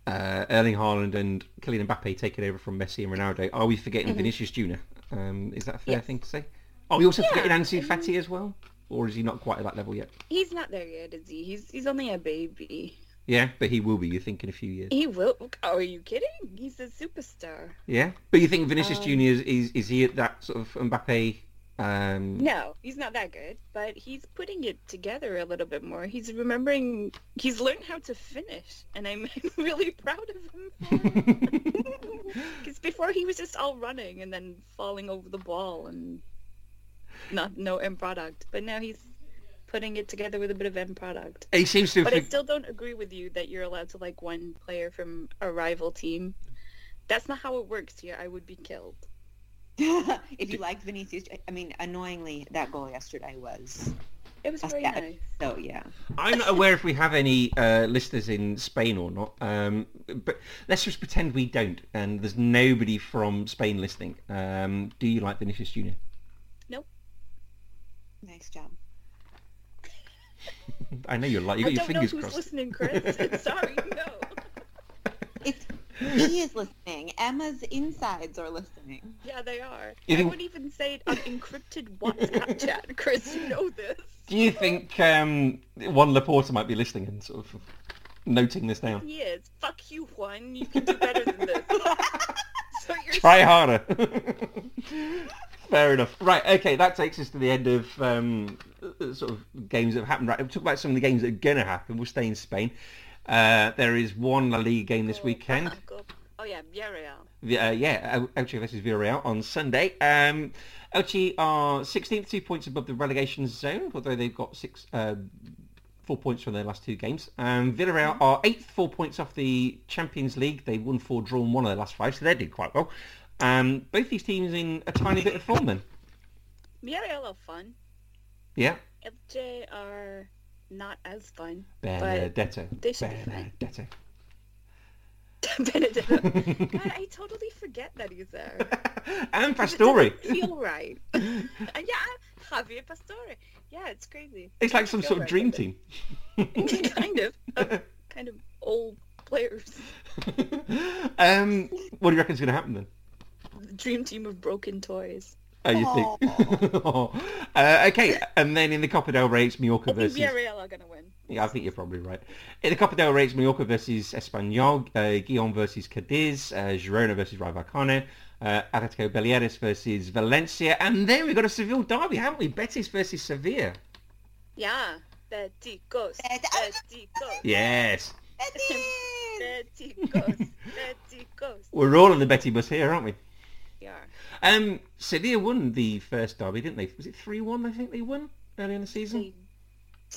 A: uh, Erling Haaland and Kylian Mbappe taking over from Messi and Ronaldo, are we forgetting Vinicius Junior? Um, is that a fair
B: Mm-hmm. Yes.
A: thing to say? Are we also
B: Yeah,
A: forgetting Ansu
B: I
A: Fati as well? Or is he not quite at that level yet?
B: He's not there yet, is he? He's he's only a baby.
A: Yeah, but he will be, you think, in a few years.
B: He will. Oh, are you kidding? He's a superstar.
A: Yeah? But you think Vinicius
B: Um,
A: Junior is, is, is he at that sort of Mbappe... Um,
B: No, he's not that good, but he's putting it together a little bit more. He's remembering. He's learned how to finish, and I'm really proud of him for it. Because before he was just all running and then falling over the ball and not no end product. But now he's putting it together with a bit of end product.
A: he seems to have...
B: But I
A: for-
B: still don't agree with you that you're allowed to like one player from a rival team. That's not how it works here. I would be killed.
C: if you liked Vinicius, I mean, annoyingly, that goal yesterday was.
B: It was
C: That's
B: very
C: bad.
B: nice.
C: So yeah.
A: I'm not aware if we have any uh, listeners in Spain or not, um, but let's just pretend we don't, and there's nobody from Spain listening. Um, do you like Vinicius Junior?
C: Nice job.
A: I know you're like you got
B: I
A: your
B: don't know
A: fingers
B: who's
A: crossed.
B: listening, Chris. Sorry, no.
C: It's he is listening. Emma's insides are listening.
B: Yeah, they are.
A: You
B: I
A: think-
B: would even say it on encrypted WhatsApp chat. Chris, you know this.
A: Do you think um, one Laporta might be listening and sort of noting this down?
B: He is. Fuck you, Juan. You can do better than this. so you're
A: Try harder. Fair enough. Right, okay, that takes us to the end of um, uh, sort of games that have happened. Right, we'll talk about some of the games that are going to happen. We'll stay in Spain. Uh, there is one La Liga game this weekend.
B: Go- Oh yeah, Villarreal.
A: Vi- uh, yeah, El- Elche versus Villarreal on Sunday. Um, Elche are 16th, two points above the relegation zone, although they've got six, uh, four points from their last two games. Um, Villarreal
B: Mm-hmm.
A: are eighth, four points off the Champions League. They won four, drawn one of their last five, so they did quite well. Um, both these teams in a tiny bit of form then.
B: Villarreal are fun.
A: Yeah.
B: FJ are not as fun.
A: Benedetto.
B: they should be fine.
A: Benedetto.
B: Benedetto. God, I totally forget that he's there.
A: and
B: It
A: Pastore.
B: doesn't feel right. Uh, yeah, Javier Pastore. Yeah, it's crazy.
A: It's like some sort of dream team.
B: kind of. Uh, kind of old players.
A: um, what do you reckon's going to happen then?
B: The dream team of broken toys.
A: Oh, you think? uh, okay, and then in the Copa del Rey, it's Mallorca
B: I think
A: versus...
B: Villarreal are going to win.
A: Yeah, I think you're probably right. In the Copa del Rey, it's Mallorca versus Espanyol, uh, Guion versus Cadiz, uh, Girona versus Rayo Vallecano, uh, Atletico Belieres versus Valencia, and then we've got a Seville derby, haven't we? Betis versus Sevilla.
B: Yeah. Beticos.
C: Bet-
B: Beticos.
A: Yes.
C: Betis!
B: Beticos. Beticos.
A: We're all on the Betty bus here, aren't we?
B: Yeah.
A: Um, Sevilla won the first derby, didn't they? Was it 3-1, I think they won early in the season?
B: They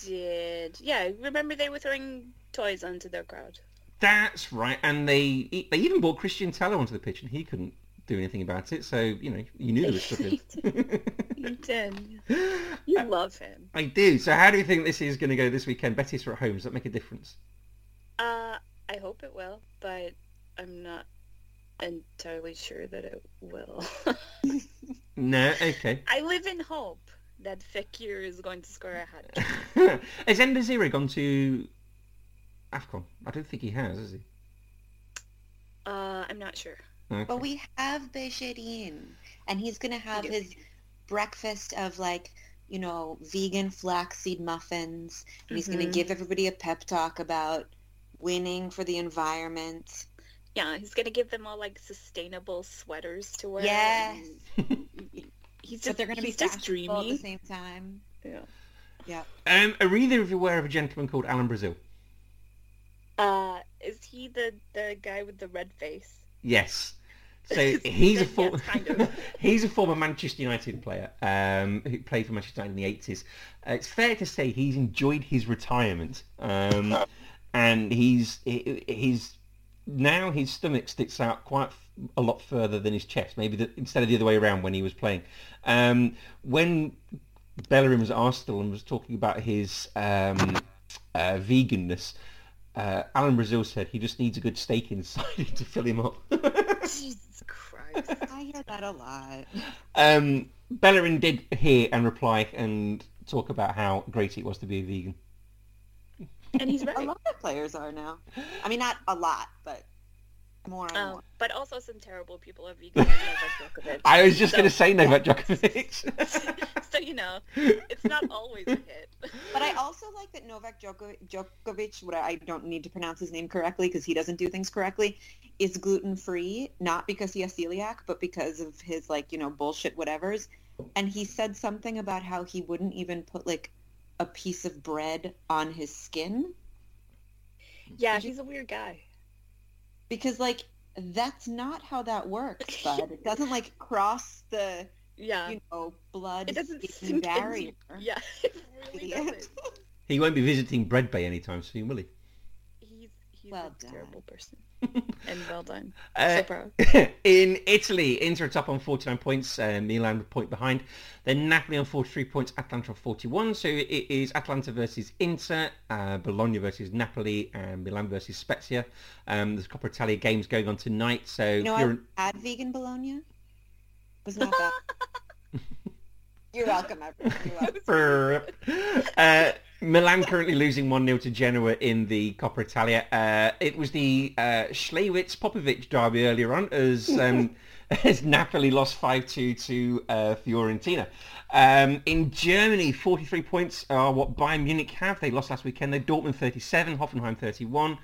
B: did. Yeah, remember they were throwing toys onto their crowd.
A: That's right, and they they even brought Christian Teller onto the pitch, and he couldn't do anything about it. So you know, you knew they were struggling.
B: You did. You love him.
A: I do. So how do you think this is going to go this weekend? Betis are at home. Does that make a difference?
B: Uh, I hope it will, but I'm not entirely sure that it will.
A: No. Okay.
B: I live in hope that Fekir is going to score a hat trick.
A: has Endazira gone to Afcon? I don't think he has, has he?
B: Uh, I'm not sure.
A: Okay.
C: But we have Bejerin, and he's gonna have
B: do.
C: his breakfast of like, you know, vegan flaxseed muffins, and he's gonna
B: Mhm.
C: give everybody a pep talk about winning for the environment.
B: Yeah, he's gonna give them all like sustainable sweaters to wear.
C: Yes,
B: and he's just
C: but they're gonna be
B: he's just
C: fashionable at the
B: dreamy.
C: same time.
B: Yeah.
A: Um, are either of you aware of a gentleman called Alan Brazil?
B: Uh, is he the the guy with the red face?
A: Yes. So he's a
B: Yes,
A: former
B: kind of.
A: he's a former Manchester United player um, who played for Manchester United in the eighties. Uh, it's fair to say he's enjoyed his retirement, um, and he's he- he's now his stomach sticks out quite f- a lot further than his chest. Maybe the, instead of the other way around when he was playing. Um, when Bellerin was at Arsenal and was talking about his um, uh, veganness. Uh, Alan Brazil said he just needs a good steak inside him to fill him up.
B: Jesus Christ!
C: I hear that a lot.
A: Um, Bellerin did hear and reply and talk about how great it was to be a vegan.
B: And he's right.
C: A lot of players are now. I mean, not a lot, but more and
B: Um,
C: more.
B: but also some terrible people are vegan. and Novak Djokovic.
A: I was just
B: So-
A: going to say Novak Djokovic.
B: so you know, it's not always a hit.
C: But I also like that Novak Djoko- Djokovic, what I don't need to pronounce his name correctly because he doesn't do things correctly, is gluten free, not because he has celiac, but because of his like you know bullshit whatevers. And he said something about how he wouldn't even put like a piece of bread on his skin
B: Yeah, he's a weird guy.
C: because like that's not how that works. But it doesn't like cross the
B: Yeah,
C: you know blood
B: it doesn't
C: skin
B: sink
C: barrier.
B: into. Yeah, it really
C: Yeah.
B: doesn't.
A: he won't be visiting Bread Bay anytime soon, will he?
B: He's he's
C: Well
B: a
C: done.
B: terrible person. and well done.
A: Uh,
B: so proud.
A: in Italy, Inter are top on 49 points, uh, Milan a point behind. Then Napoli on 43 points, Atlanta on 41. So it is Atlanta versus Inter, uh, Bologna versus Napoli, and Milan versus Spezia. Um, there's a couple of Italian games going on tonight. So
C: You know,
A: if you're
C: I had vegan bologna. It was not bad. You're welcome, everyone. You're welcome.
A: uh, Milan currently losing 1-0 to Genoa in the Coppa Italia. Uh, it was the uh, Schlewitz-Popovic derby earlier on as, um, as Napoli lost 5-2 to uh, Fiorentina. Um, in Germany, 43 points are what Bayern Munich have. They lost last weekend. They're Dortmund 37, Hoffenheim 31.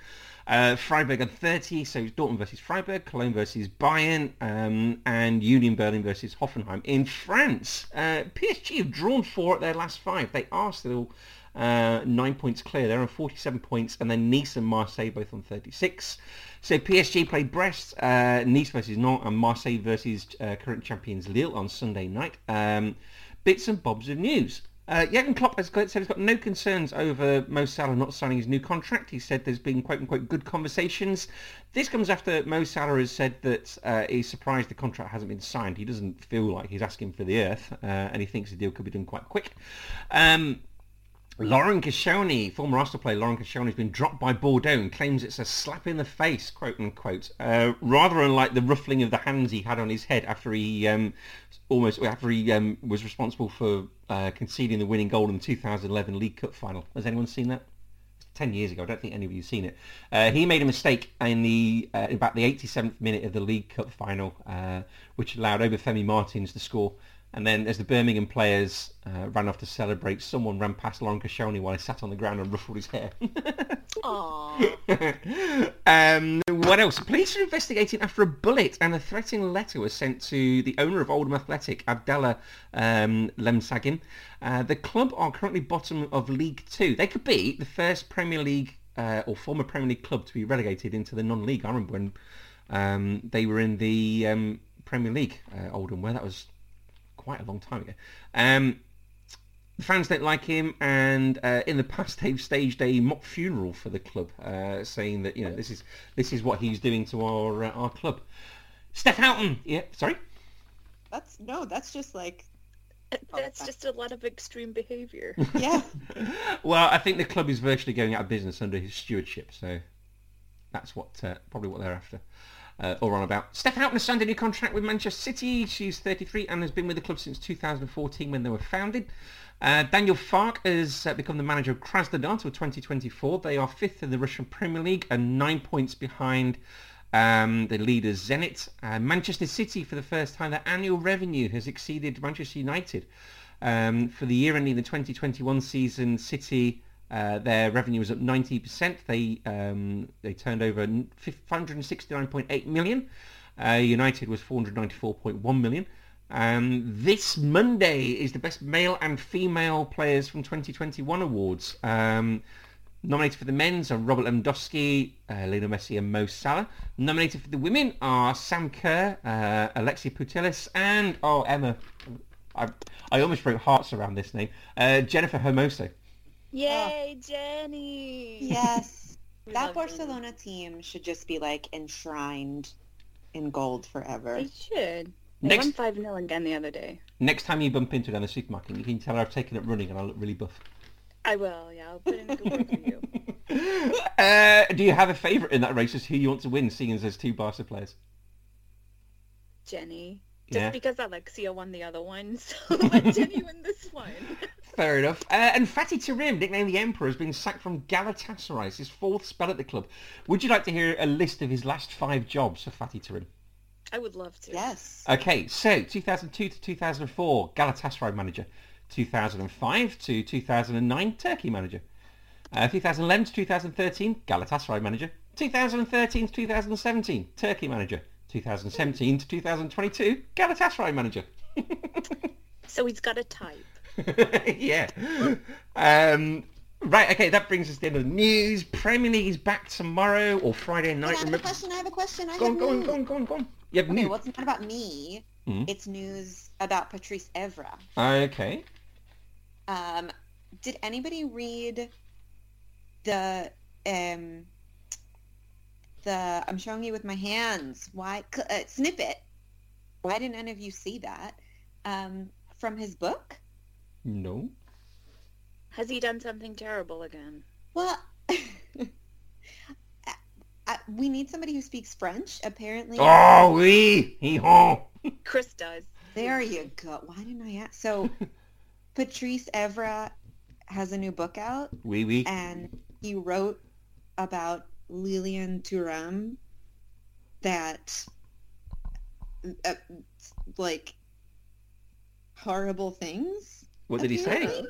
A: Uh, Freiburg on 30, so it's Dortmund versus Freiburg, Cologne versus Bayern, um, and Union Berlin versus Hoffenheim. In France, uh, PSG have drawn four at their last five. They are still uh, nine points clear. They're on 47 points, and then Nice and Marseille both on 36. So PSG play Brest, uh, Nice versus Nantes, and Marseille versus uh, current champions Lille on Sunday night. Um, bits and bobs of news. Uh, Jurgen Klopp has got, said he's got no concerns over Mo Salah not signing his new contract. He said there's been quote unquote good conversations. This comes after Mo Salah has said that uh, he's surprised the contract hasn't been signed. He doesn't feel like he's asking for the earth, uh, and he thinks the deal could be done quite quick. Um, Lauren Koscielny, former Arsenal player Lauren Koscielny, has been dropped by Bordeaux and claims it's a slap in the face, quote unquote. Uh, rather unlike the ruffling of the hands he had on his head after he um, almost after he um, was responsible for uh, conceding the winning goal in the 2011 League Cup final. Has anyone seen that? 10 years ago. I don't think anybody's seen it. Uh, he made a mistake in the uh, about the 87th minute of the League Cup final, uh, which allowed Obafemi Martins to score. And then as the Birmingham players uh, ran off to celebrate, someone ran past Lauren Koscielny while he sat on the ground and ruffled his hair.
B: Aww.
A: um, what else? Police are investigating after a bullet and a threatening letter was sent to the owner of Oldham Athletic, Abdallah um, Lemsagin. Uh, the club are currently bottom of League Two. They could be the first Premier League uh, or former Premier League club to be relegated into the non-league. I remember when um, they were in the um, Premier League, uh, Oldham, where that was quite a long time ago. Um, the fans don't like him, and uh, in the past they've staged a mock funeral for the club, uh, saying that you know this is this is what he's doing to our uh, our club. Steph Houghton, yeah, sorry,
C: That's no, that's just like
B: That's just a lot of extreme behavior.
C: yeah.
A: well, I think the club is virtually going out of business under his stewardship, so that's what uh, probably what they're after. Uh, or on about. Steph Houghton has signed a new contract with Manchester City. She's 33 and has been with the club since 2014 when they were founded. Uh, Daniel Fark has uh, become the manager of Krasnodar until 2024. They are fifth in the Russian Premier League and nine points behind um, the leader Zenit. Uh, Manchester City, for the first time, their annual revenue has exceeded Manchester United. Um, for the year ending the 2021 season, City, uh, their revenue was up 90%. They um, they turned over 569.8 million. Uh, United was 494.1 million. Um, this Monday is the best male and female players from 2021 awards. Um, Nominated for the men's are Robert Lewandowski, uh, Lionel Messi and Mo Salah. Nominated for the women are Sam Kerr, uh, Alexi Putelis and, oh, Emma, I, I almost wrote hearts around this name, uh, Jennifer Hermoso.
B: Yay, Jenny!
C: Yes.
B: We love
C: that
B: Jenny.
C: Barcelona team should just be like enshrined in gold forever.
B: They should. They
A: Next-
B: won 5 0 again the other day.
A: Next time you bump into her in the supermarket, you can tell her I've taken up running and I look really buff.
B: I will, yeah. I'll put in a good word for you.
A: uh, do you have a favourite in that race as who you want to win, seeing as there's two Barca players?
B: Jenny. Just
A: Yeah.
B: because Alexia won the other one, so let Jenny win this one.
A: Fair enough. Uh, and Fatty Tarim, nicknamed the Emperor, has been sacked from Galatasaray. It's his fourth spell at the club. Would you like to hear a list of his last five jobs for Fatty Tarim?
B: I would love to.
C: Yes.
A: Okay, so 2002 to 2004, Galatasaray manager. 2005 to 2009, Turkey manager. Uh, 2011 to 2013, Galatasaray manager. 2013 to 2017, Turkey manager. 2017 to 2022, Galatasaray manager.
B: So he's got a type.
A: yeah. Um, right, okay, that brings us to the end of the news. Premier League is back tomorrow or Friday
C: Wait,
A: night.
C: I have a
A: Remember-
C: question. I have a question. I
A: Go
C: have
A: on, go on,
C: news.
A: go on, go on, go on. Yep,
C: Okay,
A: news.
C: well, it's not about me.
A: Mhm.
C: It's news about Patrice Evra.
A: Okay.
C: Um, did anybody read the um the I'm showing you with my hands. Why cl- uh, snippet? Why didn't any of you see that um, from his book?
A: No.
B: Has he done something terrible again?
C: Well, I- I- we need somebody who speaks French. Apparently,
A: Oh, oui. Hee haw.
B: Chris does.
C: There you go. Why didn't I ask? So, Patrice Evra has a new book out,
A: Oui, oui.
C: and he wrote about Lilian Thuram that, uh, like, horrible things.
A: What did he say?
C: apparently.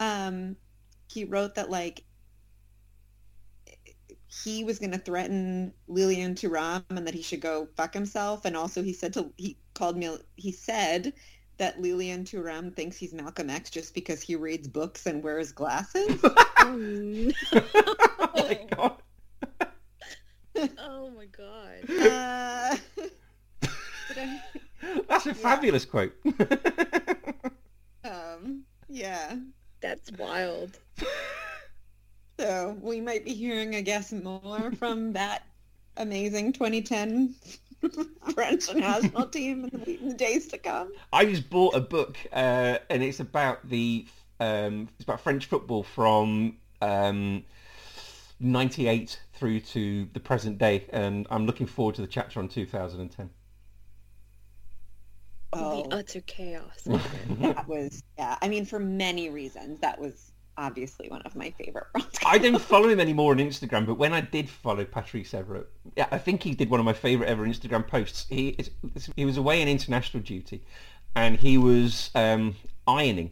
C: Um, he wrote that like he was going to threaten Lillian Turam and that he should go fuck himself. And also, he said to he called me. He said that Lillian Turam thinks he's Malcolm X just because he reads books and wears glasses.
B: oh no.
A: Oh my god.
B: Oh my god.
C: uh, but I-
A: That's a fabulous quote.
C: um, Yeah.
B: That's wild.
C: So we might be hearing, I guess, more from that amazing 2010 French national team in the, in the days to come.
A: I just bought a book, uh, and it's about the um, it's about French football from um, '98 through to the present day, and I'm looking forward to the chapter on 2010.
C: Oh,
B: The utter chaos.
C: that was yeah. I mean, for many reasons, that was obviously one of my favorite podcasts.
A: I don't follow him anymore on Instagram, but when I did follow Patrice Everett, yeah, I think he did one of my favourite ever Instagram posts. He it's- he was away in international duty, and he was um, ironing,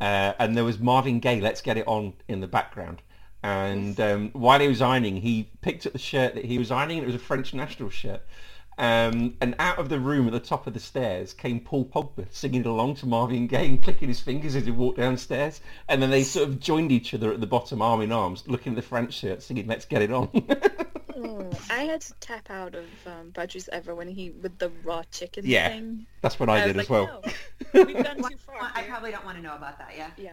A: uh, and there was Marvin Gaye, "Let's Get It On" in the background. And um, while he was ironing, he picked up the shirt that he was ironing, and it was a French national shirt. Um, and out of the room at the top of the stairs came Paul Pogba singing along to Marvin Gaye and clicking his fingers as he walked downstairs. And then they sort of joined each other at the bottom, arm in arms, looking at the French shirt, singing "Let's Get It On."
B: Oh, I had to tap out of um, Budger's ever when he with the raw chicken
A: Yeah,
B: thing.
A: That's what I,
B: was
A: did
B: like,
A: as well.
B: No, we've gone
D: Well,
B: too far.
D: I
B: here.
D: probably don't want to know about that. Yeah.
B: Yeah.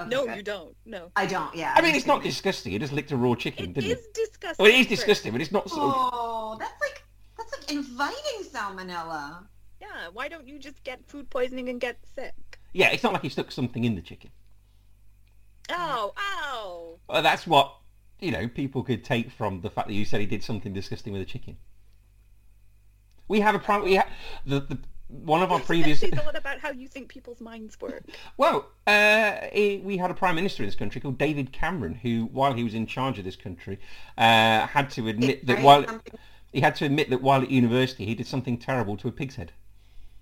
D: Okay,
B: No,
D: good.
B: you don't. No.
D: I don't. Yeah.
A: I mean, it's not disgusting. He just licked a raw chicken,
B: It
A: didn't he?
B: is disgusting.
A: Well, it is
B: Chris.
A: disgusting, but it's not sort of.
D: Oh, that's like that's like inviting salmonella.
B: Yeah. Why don't you just get food poisoning and get sick?
A: Yeah, it's not like he stuck something in the chicken.
B: Oh, ow.
A: Well, that's what you know. People could take from the fact that you said he did something disgusting with a chicken. We have a problem. We ha- the, the one of our Oh, previous.
B: It's all about how you think people's minds work.
A: Well, uh, eh, we had a prime minister in this country called David Cameron, who, while he was in charge of this country, uh, had to admit that
D: Right?
A: while
D: Something-
A: he had to admit that while at university he did something terrible to a pig's head.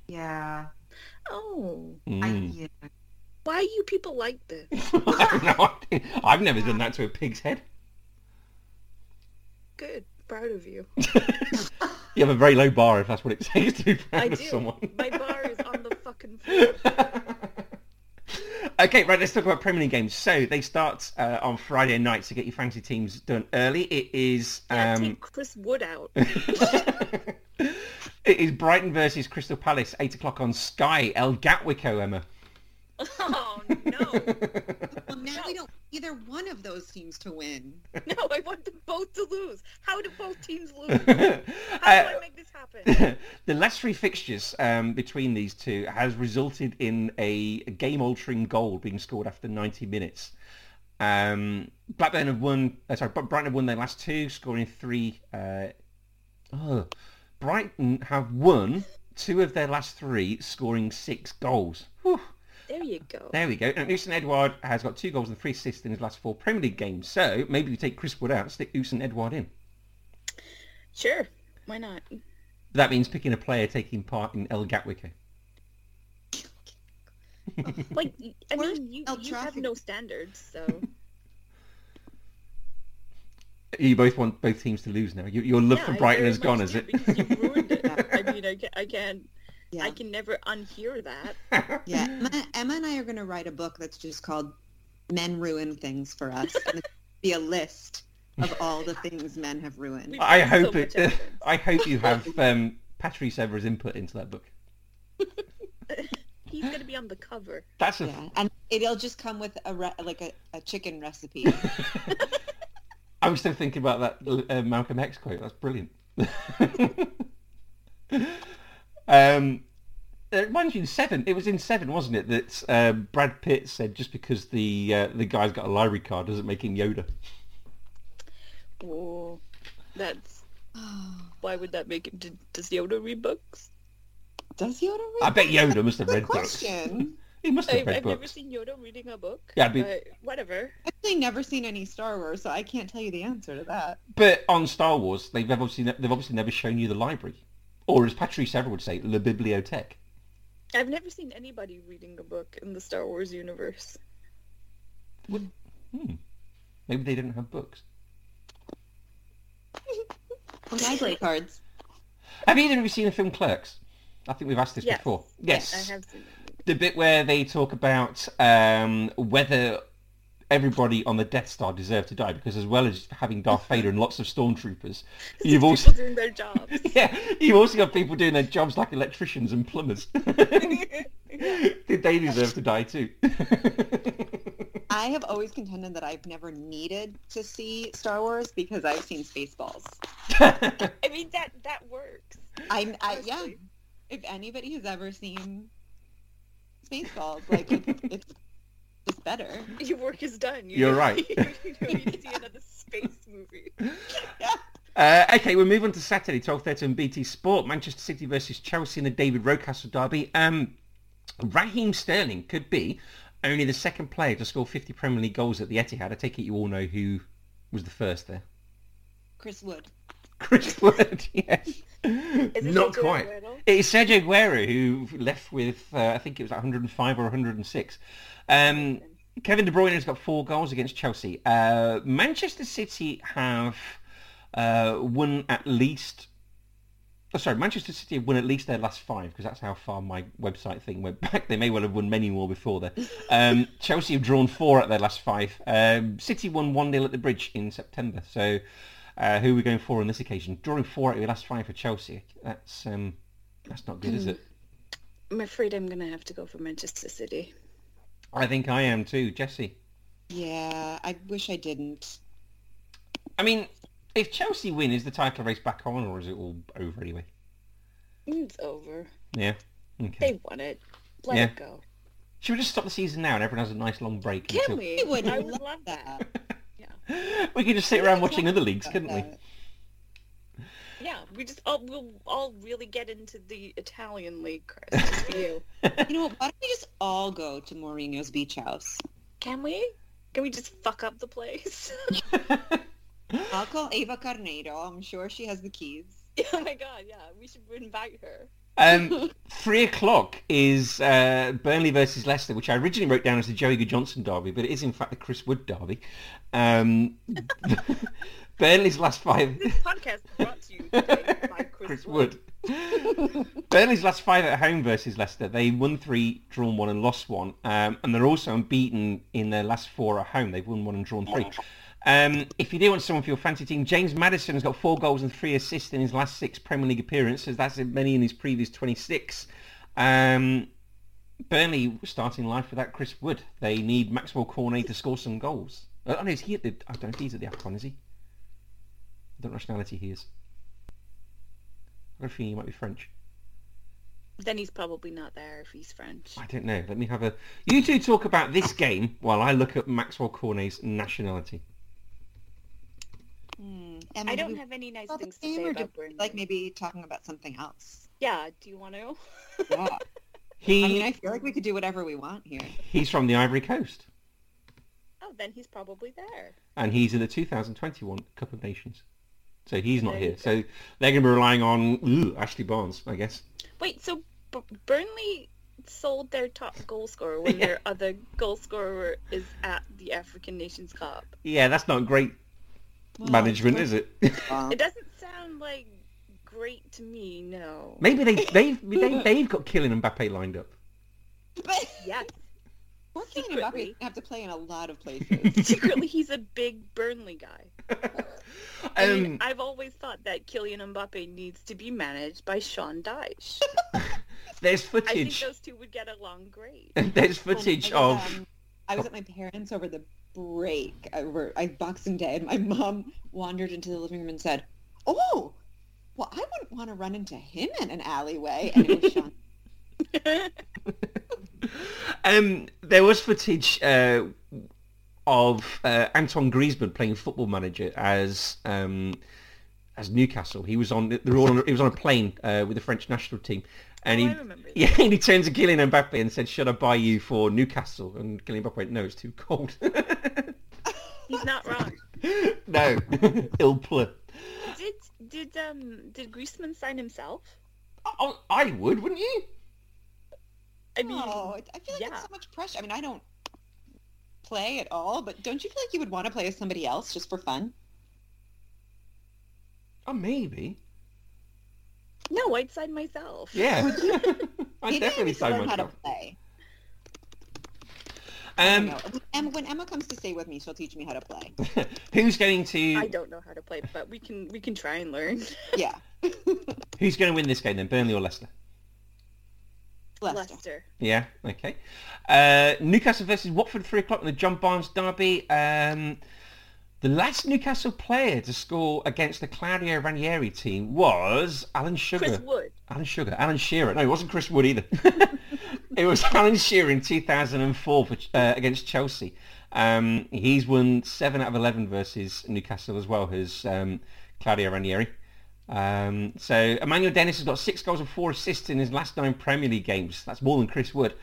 D: Yeah.
B: Oh.
D: I,
A: Mm.
D: yeah.
B: Why you people like this?
A: no, I- I've never done that to a pig's head.
B: Good. Proud of you.
A: You have a very low bar if that's what it takes to be proud
B: I
A: of
B: do.
A: someone.
B: My bar is on the fucking floor.
A: okay, right, let's talk about Premier League games. So they start uh, on Friday night, so get your fancy teams done early. It is...
B: Yeah,
A: Um,
B: take Chris Wood out.
A: it is Brighton versus Crystal Palace, 8 o'clock on Sky. El Gatwico, Emma.
B: Oh no.
C: Well, now we don't either one of those teams to win.
B: No, I want them both to lose. How do both teams lose? How do
A: Uh,
B: I make this happen?
A: the last three fixtures um, between these two has resulted in a game-altering goal being scored after 90 minutes. Um, Blackburn have won. Uh, sorry, Brighton have won their last two, scoring three. Uh, oh, Brighton have won two of their last three, scoring six goals. Whew.
B: There you go.
A: There we go. And Usain Edward has got two goals and three assists in his last four Premier League games. So maybe we take Chris Wood out, stick Usain Edward in.
B: Sure. Why not?
A: That means picking a player taking part in El Gatwico.
B: Like, I
C: Where's
B: mean, you,
C: El
B: you have
C: Tráfico?
B: no standards, so
A: You both want both teams to lose now. Your, your love
B: Yeah,
A: for
B: I
A: Brighton
B: very
A: has gone,
B: much
A: is
B: do,
A: it?
B: Because you ruined it. I mean, I can, I can,
C: Yeah.
B: I can never unhear that.
C: Yeah, Emma, Emma and I are going to write a book that's just called "Men Ruin Things for Us." and it's gonna be a list of all the things men have ruined.
B: We've
A: I
B: got so
A: hope it.
B: much evidence.
A: I hope you have um, Patrice Evra's input into that book.
B: He's gonna be on the cover.
A: That's a.
C: Yeah, and it'll just come with a re- like a, a chicken recipe.
A: I was still thinking about that uh, Malcolm X quote. That's brilliant. um, it reminds you in Seven. It was in Seven, wasn't it? That uh, Brad Pitt said just because the uh, the guy's got a library card doesn't make him Yoda.
B: Oh, that's. Why would that make him? d- Does Yoda read books?
C: Does Yoda read?
A: I bet Yoda must have
C: Good
A: read books.
C: question.
A: He must
B: I,
A: have
B: I've
A: read
B: never
A: books.
B: seen Yoda reading a book.
A: Yeah, I'd be-
B: but whatever.
C: I've actually never seen any Star Wars, so I can't tell you the answer to that.
A: But on Star Wars, they've obviously ne- they've obviously never shown you the library, or as Patrice Sever would say, la bibliothèque.
B: I've never seen anybody reading a book in the Star Wars universe.
A: Hmm. Maybe they didn't have books.
C: Library cards.
A: Have either of you seen the film Clerks? I think we've asked this
B: Yes.
A: before.
B: I
A: Yes.
B: have seen that movie.
A: The bit where they talk about um, whether everybody on the Death Star deserved to die, because as well as having Darth Vader and lots of stormtroopers, you've also
B: People doing their jobs.
A: yeah, you've also got people doing their jobs like electricians and plumbers. Did they deserve to die too.
C: I have always contended that I've never needed to see Star Wars because I've seen Spaceballs.
B: I mean that that works.
C: I, I yeah.
B: Honestly.
C: If anybody has ever seen Spaceballs, like it's, it's just better.
B: Your work is done. You
A: You're
B: don't
A: right.
B: need- you don't need to see another space movie.
A: Uh, okay, we move on to Saturday, 12.30 on BT Sport. Manchester City versus Chelsea in the David Rocastle derby. Um, Raheem Sterling could be only the second player to score 50 Premier League goals at the Etihad. I take it you all know who was the first there.
C: Chris Wood.
A: Chris Wood, yes.
B: Is it
A: Not
B: Sergio
A: quite.
B: Aguero?
A: It is Sergio Aguero who left with, uh, I think it was 105 or 106. Um, Kevin De Bruyne has got four goals against Chelsea. Uh, Manchester City have uh, won at least. Oh, sorry, Manchester City have won at least their last five because that's how far my website thing went back. They may well have won many more before then. Um, Chelsea have drawn four at their last five. Um, City won one 0 at the Bridge in September. So, uh, who are we going for on this occasion? Drawing four out of your last five for Chelsea. That's um, that's not good,
B: Mm.
A: is it?
B: I'm afraid I'm gonna have to go for Manchester City.
A: I think I am too, Jesse.
C: Yeah, I wish I didn't.
A: I mean, if Chelsea win, is the title race back on, or is it all over anyway?
B: It's over.
A: Yeah. Okay.
B: They won it. Let
A: Yeah.
B: it go.
A: Should we just stop the season now and everyone has a nice long break?
B: Can
A: until-
B: we?
C: I would
B: I
C: love
B: would love that.
C: that.
A: We could just sit around watching other leagues, couldn't we?
C: uh,
B: Yeah, we just all we'll all really get into the Italian league, Chris. Just for you.
C: You know what? Why don't we just all go to Mourinho's beach house?
B: Can we? Can we just fuck up the place?
C: I'll call Ava Carneiro. I'm sure she has the keys.
B: oh my god, yeah. We should invite her.
A: Um, three o'clock is uh, Burnley versus Leicester, which I originally wrote down as the Joey Good Johnson derby, but it is in fact the Chris Wood derby. Um, Burnley's last five.
B: This podcast brought to you today by Chris,
A: Chris Wood. Burnley's last five at home versus Leicester. They won three, drawn one, and lost one. Um, and they're also unbeaten in their last four at home. They've won one and drawn three. Um, if you do want someone for your fancy team, James Madison's got four goals and three assists in his last six Premier League appearances. That's as many in his previous 26. Um, Burnley starting life without Chris Wood. They need Maxwell Cornet to score some goals. I don't know, is he at the, I don't know if he's at the Akron, is he? I don't know what nationality he is. I've got a feeling he might be French.
B: Then he's probably not there if he's French.
A: I don't know. Let me have a. You two talk about this game while I look at Maxwell Cornet's nationality.
C: Hmm. Emma,
B: I
C: do
B: don't
C: we
B: have any nice
C: call the
B: things to
C: game,
B: say
C: or do
B: about
C: we,
B: Burnley.
C: like maybe talking about something else.
B: yeah, do you want to?
C: Yeah.
A: He
C: I mean, I feel like we could do whatever we want here.
A: he's from the Ivory Coast,
B: Oh, then he's probably there.
A: and he's in the 2021 Cup of Nations, so he's not here. So they're going to be relying on ooh, Ashley Barnes, I guess.
B: Wait, so B- Burnley sold their top goal scorer when their other goal scorer is at the African Nations Cup.
A: Yeah, that's not great management, is it?
B: It doesn't sound like great to me, no.
A: Maybe they they've they, they've got Kylian Mbappe lined up.
C: But
B: Yes,
C: we're thinking about we
B: Secretly.
C: have to play in a lot of places.
B: secretly he's a big Burnley guy. I mean,
A: Um,
B: I've always thought that Kylian Mbappe needs to be managed by Sean Dyche.
A: there's
B: I think
A: footage.
B: those two would get along great.
A: There's footage
C: I was,
A: of
C: um, I was at my parents over the break. Over I Boxing Day, and my mom wandered into the living room and said, "Oh, well, I wouldn't want to run into him in an alleyway." And it was Sean.
A: Um, there was footage uh, of uh, Anton Griezmann playing football manager as um, as Newcastle. He was on, they were all on he was on a plane uh, with the French national team, and
B: Oh,
A: he
B: I remember that.
A: yeah, and he turned to Kylian Mbappe and said, "Should I buy you for Newcastle?" And Kylian Mbappe went, "No, it's too cold."
B: He's not wrong.
A: no, ill play.
B: Did did um did Griezmann sign himself?
A: Oh, I would, wouldn't you?
B: I mean,
C: oh, it- I feel like
B: yeah.
C: it's so much pressure. I mean, I don't play at all, but don't you feel like you would want to play with somebody else just for fun?
A: Oh, maybe.
B: no, I'd sign myself.
A: Yeah, I
C: Maybe I
A: definitely
C: need to
A: sign
C: learn how to
A: myself.
C: play.
A: Um,
C: No, Emma, when Emma comes to stay with me, she'll teach me how to play.
A: who's going to?
B: I don't know how to play, but we can we can try and learn.
C: Yeah.
A: Who's going to win this game then, Burnley or Leicester?
C: Leicester.
B: Leicester.
A: Yeah, okay. Uh, Newcastle versus Watford, 3 o'clock in the John Barnes derby. Um, the last Newcastle player to score against the Claudio Ranieri team was Alan Sugar.
B: Chris Wood.
A: Alan Sugar. Alan Shearer. No, it wasn't Chris Wood either. it was Alan Shearer in 2004 for, uh, against Chelsea. Um, he's won 7 out of 11 versus Newcastle as well as um, Claudio Ranieri. Um, so Emmanuel Dennis has got six goals and four assists in his last nine Premier League games. That's more than Chris Wood.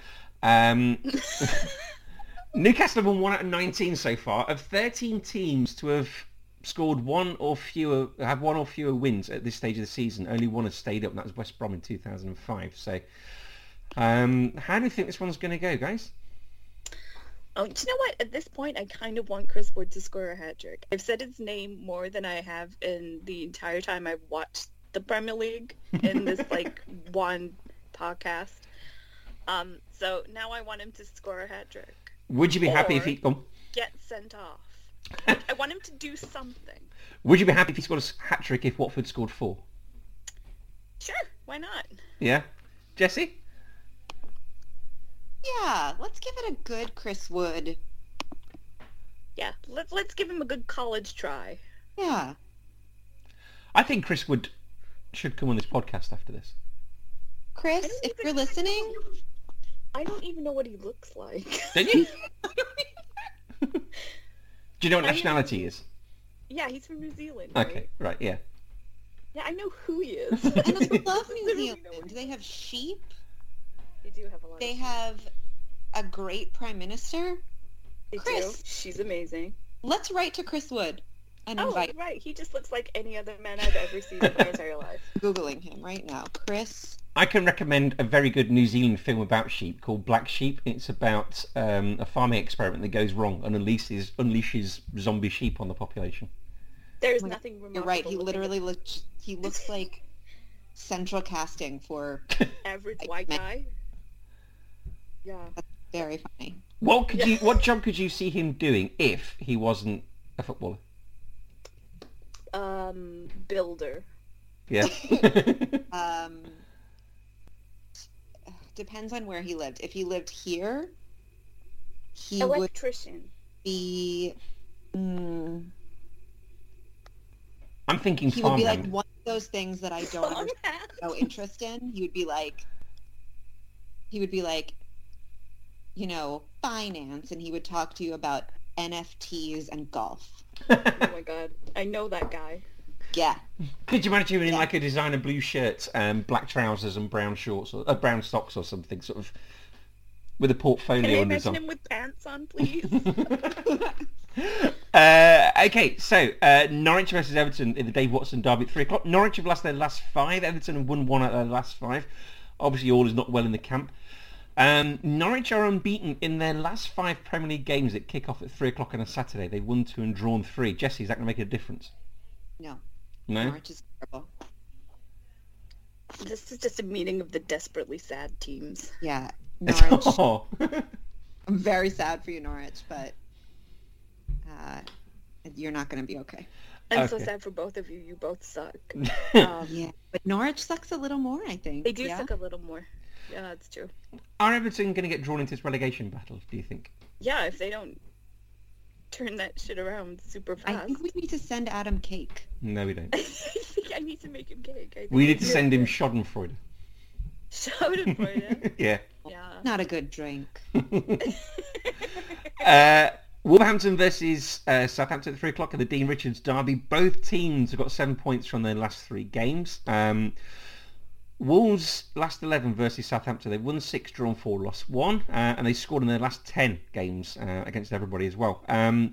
A: Um, Newcastle have won one out of 19 so far. Of 13 teams to have scored one or fewer, have one or fewer wins at this stage of the season, only one has stayed up, and that was West Brom in 2005. So um, how do you think this one's going to go, guys?
B: Oh, do you know what? At this point, I kind of want Chris Wood to score a hat trick. I've said his name more than I have in the entire time I've watched the Premier League in this like one podcast. Um, so now I want him to score a hat trick,
A: Would you be happy if he... oh,
B: get sent off. Like, I want him to do something.
A: would you be happy if he scored a hat-trick if Watford scored four?
B: Sure, why not?
A: Yeah. Jesse?
C: Yeah, let's give it a good Chris Wood.
B: Yeah, let, let's give him a good college try.
C: Yeah.
A: I think Chris would should come on this podcast after this.
C: Chris,
B: I don't
C: if
B: even-
C: you're listening,
B: I don't even know what he looks like.
A: Don't you? Do you know what nationality he is?
B: yeah, he's from New Zealand. Right?
A: Okay, right, yeah.
B: Yeah, I know who he is.
C: and I love New
B: Literally
C: Zealand.
B: no one.
C: They have sheep.
B: they do have a lot.
C: They
B: of
C: have a great prime minister.
B: They
C: Chris.
B: do. She's amazing.
C: Let's write to Chris Wood and
B: Oh,
C: invite
B: right. He just looks like any other man I've ever seen in my entire life.
C: googling him right now. Chris
A: I can recommend a very good New Zealand film about sheep called Black Sheep. It's about um, a farming experiment that goes wrong and unleashes unleashes zombie sheep on the population.
B: There is
C: my God,
B: nothing remarkable.
C: You're right. He
B: looking
C: literally looks. He looks like central casting for
B: at average white guy. Yeah.
C: very funny.
A: What could you? What job could you see him doing if he wasn't a footballer?
B: Um, builder.
A: Yeah.
C: Um, depends on where he lived. If he lived here, he
B: Oh,
C: would
B: Electrician.
C: be. Mm,
A: I'm thinking
C: he would be like
A: farmland.
C: one of those things that I don't understand, no interest in. He would be like. He would be like, you know, finance, and he would talk to you about NFTs and golf.
B: oh my god. I know that guy.
C: Yeah.
A: could you imagine him in like a designer blue shirt, um, black trousers, and brown shorts or uh, brown socks or something, sort of with a
B: Can I
A: portfolio on his
B: imagine
A: arm?
B: him with pants on, please?
A: Uh, okay, so uh, Norwich versus Everton in the Dave Watson derby at three o'clock. Norwich have lost their last five. Everton have won one out of their last five. Obviously, all is not well in the camp. Um, Norwich are unbeaten in their last five Premier League games that kick off at three o'clock on a Saturday. They've won two and drawn three. Jesse, is that going to make a difference?
C: No.
A: No.
C: Norwich is terrible.
B: this is just a meeting of the desperately sad teams.
C: Yeah, Norwich.
A: Oh.
C: I'm very sad for you, Norwich, but uh, you're not going to be okay.
B: I'm so
A: Okay.
B: sad for both of you. You both suck. Um,
C: Yeah, but Norwich sucks a little more, I think.
B: They do
C: yeah?
B: suck a little more. Yeah, that's true.
A: are Everton going to get drawn into this relegation battle? Do you think?
B: Yeah, if they don't turn that shit around super
C: I
B: fast,
C: think we need to send Adam cake.
A: No, we don't.
B: I think I need to make him cake. I think
A: We
B: I
A: need to
B: do.
A: send him Schadenfreude.
B: Shout him for it.
A: yeah.
B: Yeah.
C: Not a good drink.
A: Uh, Wolverhampton versus uh, Southampton at 3 o'clock at the Dean Richards derby. Both teams have got seven points from their last three games. Um, Wolves last 11 versus Southampton. They've won six, drawn four, lost one. Uh, and they scored in their last 10 games uh, against everybody as well. Um,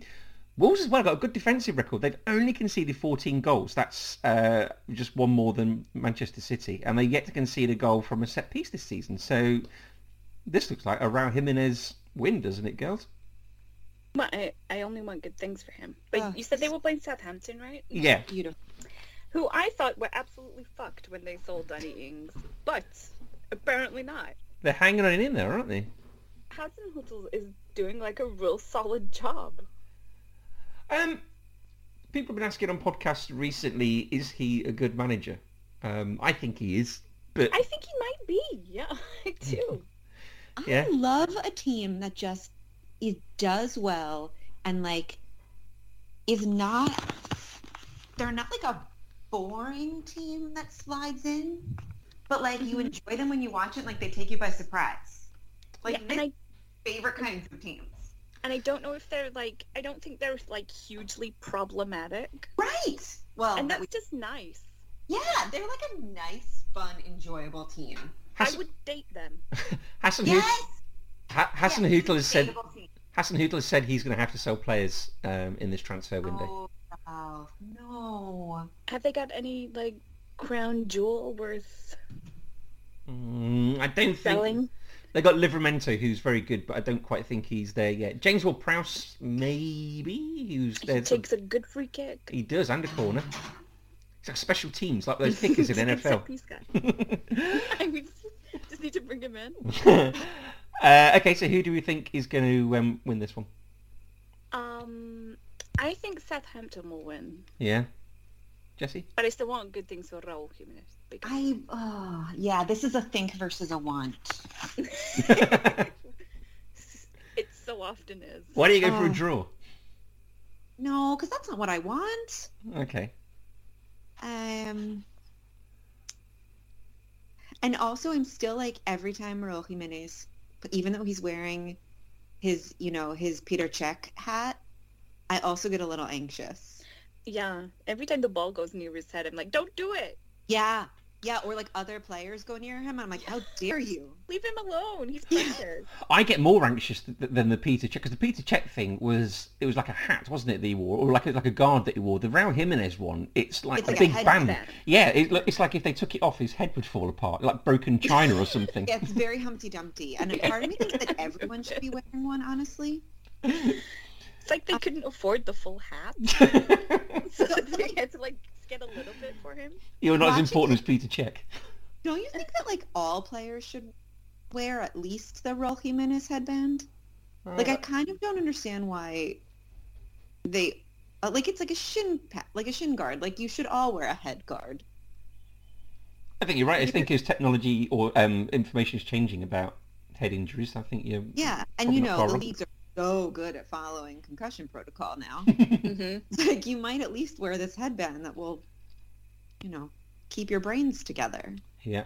A: Wolves as well got a good defensive record. They've only conceded 14 goals. That's uh, just one more than Manchester City. And they yet to concede a goal from a set piece this season. So this looks like a Raul Jimenez win, doesn't it, girls?
B: Well, I, I only want good things for him. But
C: Oh.
B: you said they were playing Southampton, right?
A: Yeah.
C: Beautiful.
B: Who I thought were absolutely fucked when they sold Danny Ings, but apparently not.
A: They're hanging on in there, aren't they?
B: Hudson Hotel is doing like a real solid job.
A: Um, people have been asking on podcasts recently, is he a good manager? Um, I think he is. But
B: I think he might be. Yeah, I do.
A: Yeah.
C: I love a team that just is, does well and like is not they're not like a boring team that slides in, but like you
B: Mhm.
C: enjoy them when you watch it, like they take you by surprise. Like
B: yeah,
C: my
B: and I
C: favorite kinds of teams.
B: and I don't know if they're like I don't think they're like hugely problematic,
C: Right. Well,
B: and that's
C: that Oh, we,
B: just nice.
C: yeah, they're like a nice, fun, enjoyable team.
B: I
A: Hassan,
B: would date them.
A: Hassan, Hoot-
C: Yes.
A: Ha- Hassan
C: yes,
A: Hootl has said
C: enjoyable team.
A: Hassan Hootl has said he's going to have to sell players um, in this transfer window.
C: Oh, wow. no.
B: Have they got any like crown jewel worth
A: Mm, I don't think
B: Oh. selling?
A: they got Livermento, who's very good, but I don't quite think he's there yet. James Will Prowse, maybe, who's
B: He
A: there. to-
B: takes a good free kick.
A: he does and a corner. It's like special teams, like those kickers in NFL.
B: Except he's got- I would just need to bring him in.
A: uh, okay, so who do we think is going to um, win this one?
B: Um, I think Southampton will win,
A: Yeah, Jesse.
B: but I still want good things for Raúl Jiménez. Because...
C: I oh yeah, this is a think versus a want.
A: Ah.
B: It so often is.
A: Why do you go for a
C: Oh.
A: draw?
C: No, because that's not what I want.
A: Okay.
C: Um, and also I'm still like every time Raul Jimenez, even though he's wearing his you know his Peter Check hat, I also get a little anxious.
B: Yeah, every time the ball goes near his head, I'm like, don't do it.
C: Yeah, yeah, or like other players go near him, and I'm like, how dare you?
B: Leave him alone. He's
C: Yeah.
B: precious.
A: I get more anxious th- th- than the Peter Check because the Peter Check thing was it was like a hat, wasn't it? That he wore, or like a, like a guard that he wore. The Raul Jimenez one, it's like
C: It's
A: a
C: like a
A: big
C: headband.
A: band. Yeah, it, lo- it's like if they took it off, his head would fall apart, like broken china or something.
C: Yeah, it's very Humpty Dumpty, and a part of me thinks that everyone should be wearing one, honestly.
B: It's like they couldn't afford the full hat, so they had to like get a little bit for him.
A: You're not as
C: Watching
A: important as Peter Check.
C: Don't you think that like all players should wear at least the Raul Jimenez headband?
A: Oh
C: Like I kind of don't understand why they uh, like it's like a shin pa- like a shin guard. Like you should all wear a head guard.
A: I think you're right. I think as technology or um, information is changing about head injuries, I think you.
C: Yeah, and
A: Probably
C: you
A: not
C: know the
A: wrong.
C: leagues are so good at following concussion protocol now.
B: Mm-hmm.
C: like you might at least wear this headband that will, you know, keep your brains together.
A: Yeah.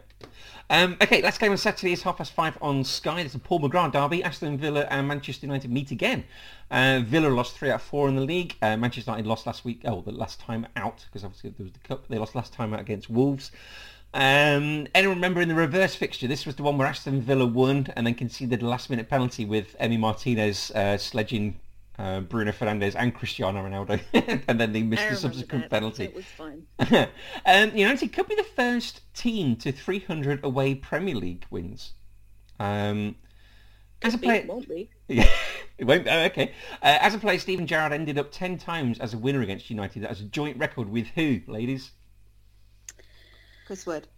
A: Um, okay, last game on Saturday is half past five on Sky. There's a Paul McGrath derby. Aston Villa and Manchester United meet again. Uh, Villa lost three out of four in the league. Uh, Manchester United lost last week. Oh, the last time out because obviously there was the cup. They lost last time out against Wolves. Um, anyone remember in the reverse fixture? This was the one where Aston Villa won and then conceded a last-minute penalty with Emi Martinez uh, sledging uh, Bruno Fernandez and Cristiano Ronaldo, and then they missed the subsequent penalty.
B: It was fun.
A: um, United could be the first team to 300 away Premier League wins. Um, as a player,
B: It won't be.
A: yeah, it won't. Oh, okay. Uh, as a player, Stephen Gerrard ended up 10 times as a winner against United. That was a joint record with who, ladies?
C: Chris Wood.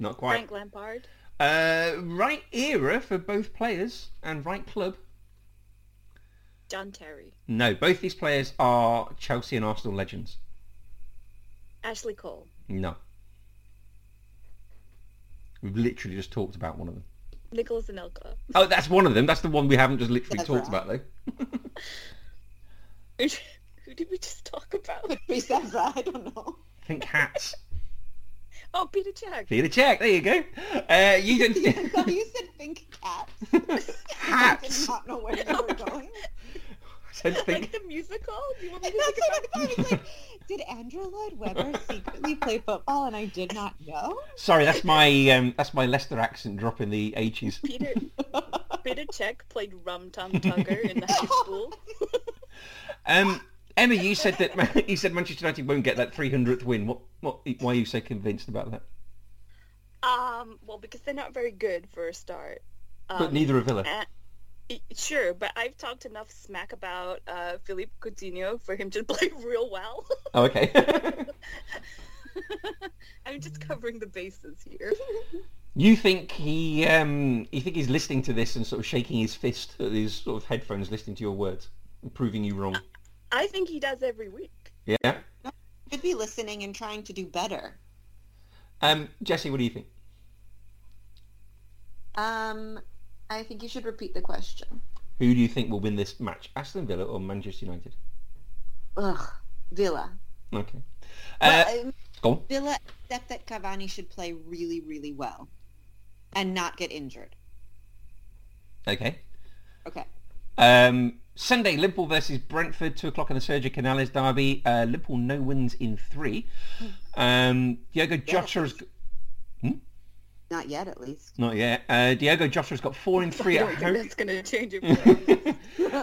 A: Not quite.
B: Frank Lampard.
A: Uh, right era for both players and right club.
B: John Terry,
A: No, both these players are Chelsea and Arsenal legends.
B: Ashley Cole,
A: No. We've literally just talked about one of them.
B: Nicholas Anelka.
A: Oh, that's one of them. That's the one we haven't just literally
C: That's
A: talked
C: right.
A: about, though.
B: Who did we just talk about?
C: Chris Evra, I don't know.
A: Think hats.
B: Oh, Peter Jack.
A: Peter check. There you go. Uh, you don't think
C: you said think cat. I did
A: hats?
C: not know where you were going.
A: I don't
B: Like
A: think.
B: the musical? Do you want me to
C: That's
B: think
C: what
B: about?
C: I thought. It's like, did Andrew Lloyd Webber secretly play football and I did not know?
A: Sorry, that's my um, that's my Leicester accent drop in the eighties.
B: Peter Peter Check played Rum Tum Tugger in the high school.
A: Um, Emma, you said that you said Manchester United won't get that three hundredth win. What, what? Why are you so convinced about that?
B: Um, well, because they're not very good for a start. Um,
A: But neither are Villa.
C: uh,
B: eh, e- Sure, but I've talked enough smack about uh, Philippe Coutinho for him to play real well.
A: Oh, okay.
B: I'm just covering the bases here.
A: you think he? Um, you think he's listening to this and sort of shaking his fist at his sort of headphones, listening to your words, and proving you wrong?
B: I think he does every week.
A: Yeah.
C: Good should be listening and trying to do better.
A: Um, Jesse, what do you think?
C: Um, I think you should repeat the question.
A: Who do you think will win this match, Aston Villa or Manchester United?
C: Ugh, Villa.
A: Okay. Uh,
C: But, um,
A: go on.
C: Villa, except that Cavani should play really, really well and not get injured.
A: Okay.
C: Okay.
A: Um, Sunday, Liverpool versus Brentford, 2 o'clock in the Sergio Canales derby. Uh, Liverpool no wins in three. Um, Diogo Jota's...
C: Not yet, at least.
A: Not yet. Uh, Diogo Jota's got four in three
B: I
A: at
B: don't think
A: home.
B: that's gonna change it.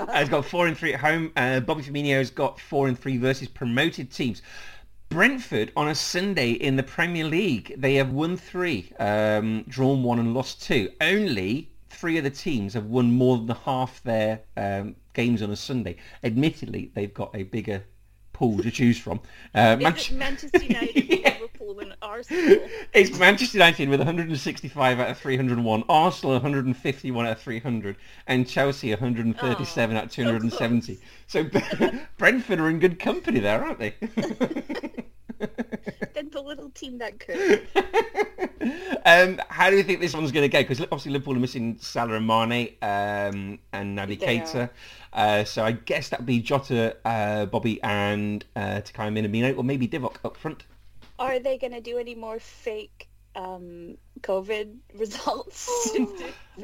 A: has got four and three at home. Uh, Bobby Firmino's got four and three versus promoted teams. Brentford on a Sunday in the Premier League, they have won three, um, drawn one and lost two. Only three of the teams have won more than half their um, games on a Sunday. Admittedly, they've got a bigger pool to choose from. Uh,
B: Is
A: Manch-
B: it Manchester United,
A: Yeah.
B: Liverpool, and Arsenal?
A: It's Manchester United with 165 out of 301, Arsenal 151 out of 300, and Chelsea 137 out of 270. So Brentford are in good company there, aren't they?
B: Then the little team that could.
A: um, how do you think this one's going to go? Because obviously Liverpool are missing Salah and Mane um, and Naby
C: They
A: Keita. Uh, so I guess that'd be Jota, uh, Bobby, and uh, Takai Minamino, or maybe Divock up front.
B: Are they gonna do any more fake um, COVID results for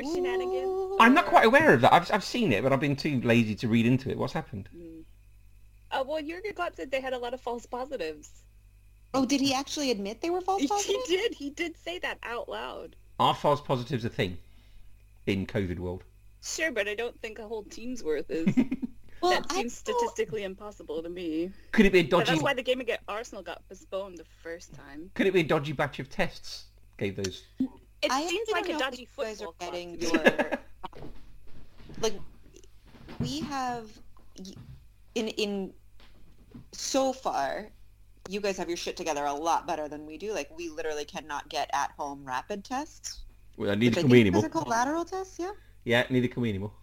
B: shenanigans?
A: I'm not quite aware of that. I've, I've seen it, but I've been too lazy to read into it. What's happened?
B: Hmm. Uh, well, Jurgen Klopp said they had a lot of false positives.
C: Oh, did he actually admit they were false
B: He,
C: positives?
B: did. He did say that out loud.
A: Are false positives a thing in COVID world?
B: Sure, but I don't think a whole team's worth is.
C: Well,
B: that
C: I
B: seems
C: thought-
B: statistically impossible to me.
A: Could it be a
B: But
A: dodgy?
B: that's why the game against Arsenal got postponed the first time.
A: Could it be a dodgy batch of tests? Gave those.
B: It
C: I
B: seems
C: actually
B: like
C: don't
B: a
C: know if
B: dodgy
C: you guys
B: football
C: are
B: club.
C: getting
B: to me.
C: your like we have y- in in so far you guys have your shit together a lot better than we do like we literally cannot get at home rapid tests
A: Well,
C: which
A: neither can
C: I think
A: we
C: you guys
A: anymore.
C: are called lateral tests yeah
A: Yeah, neither can we anymore.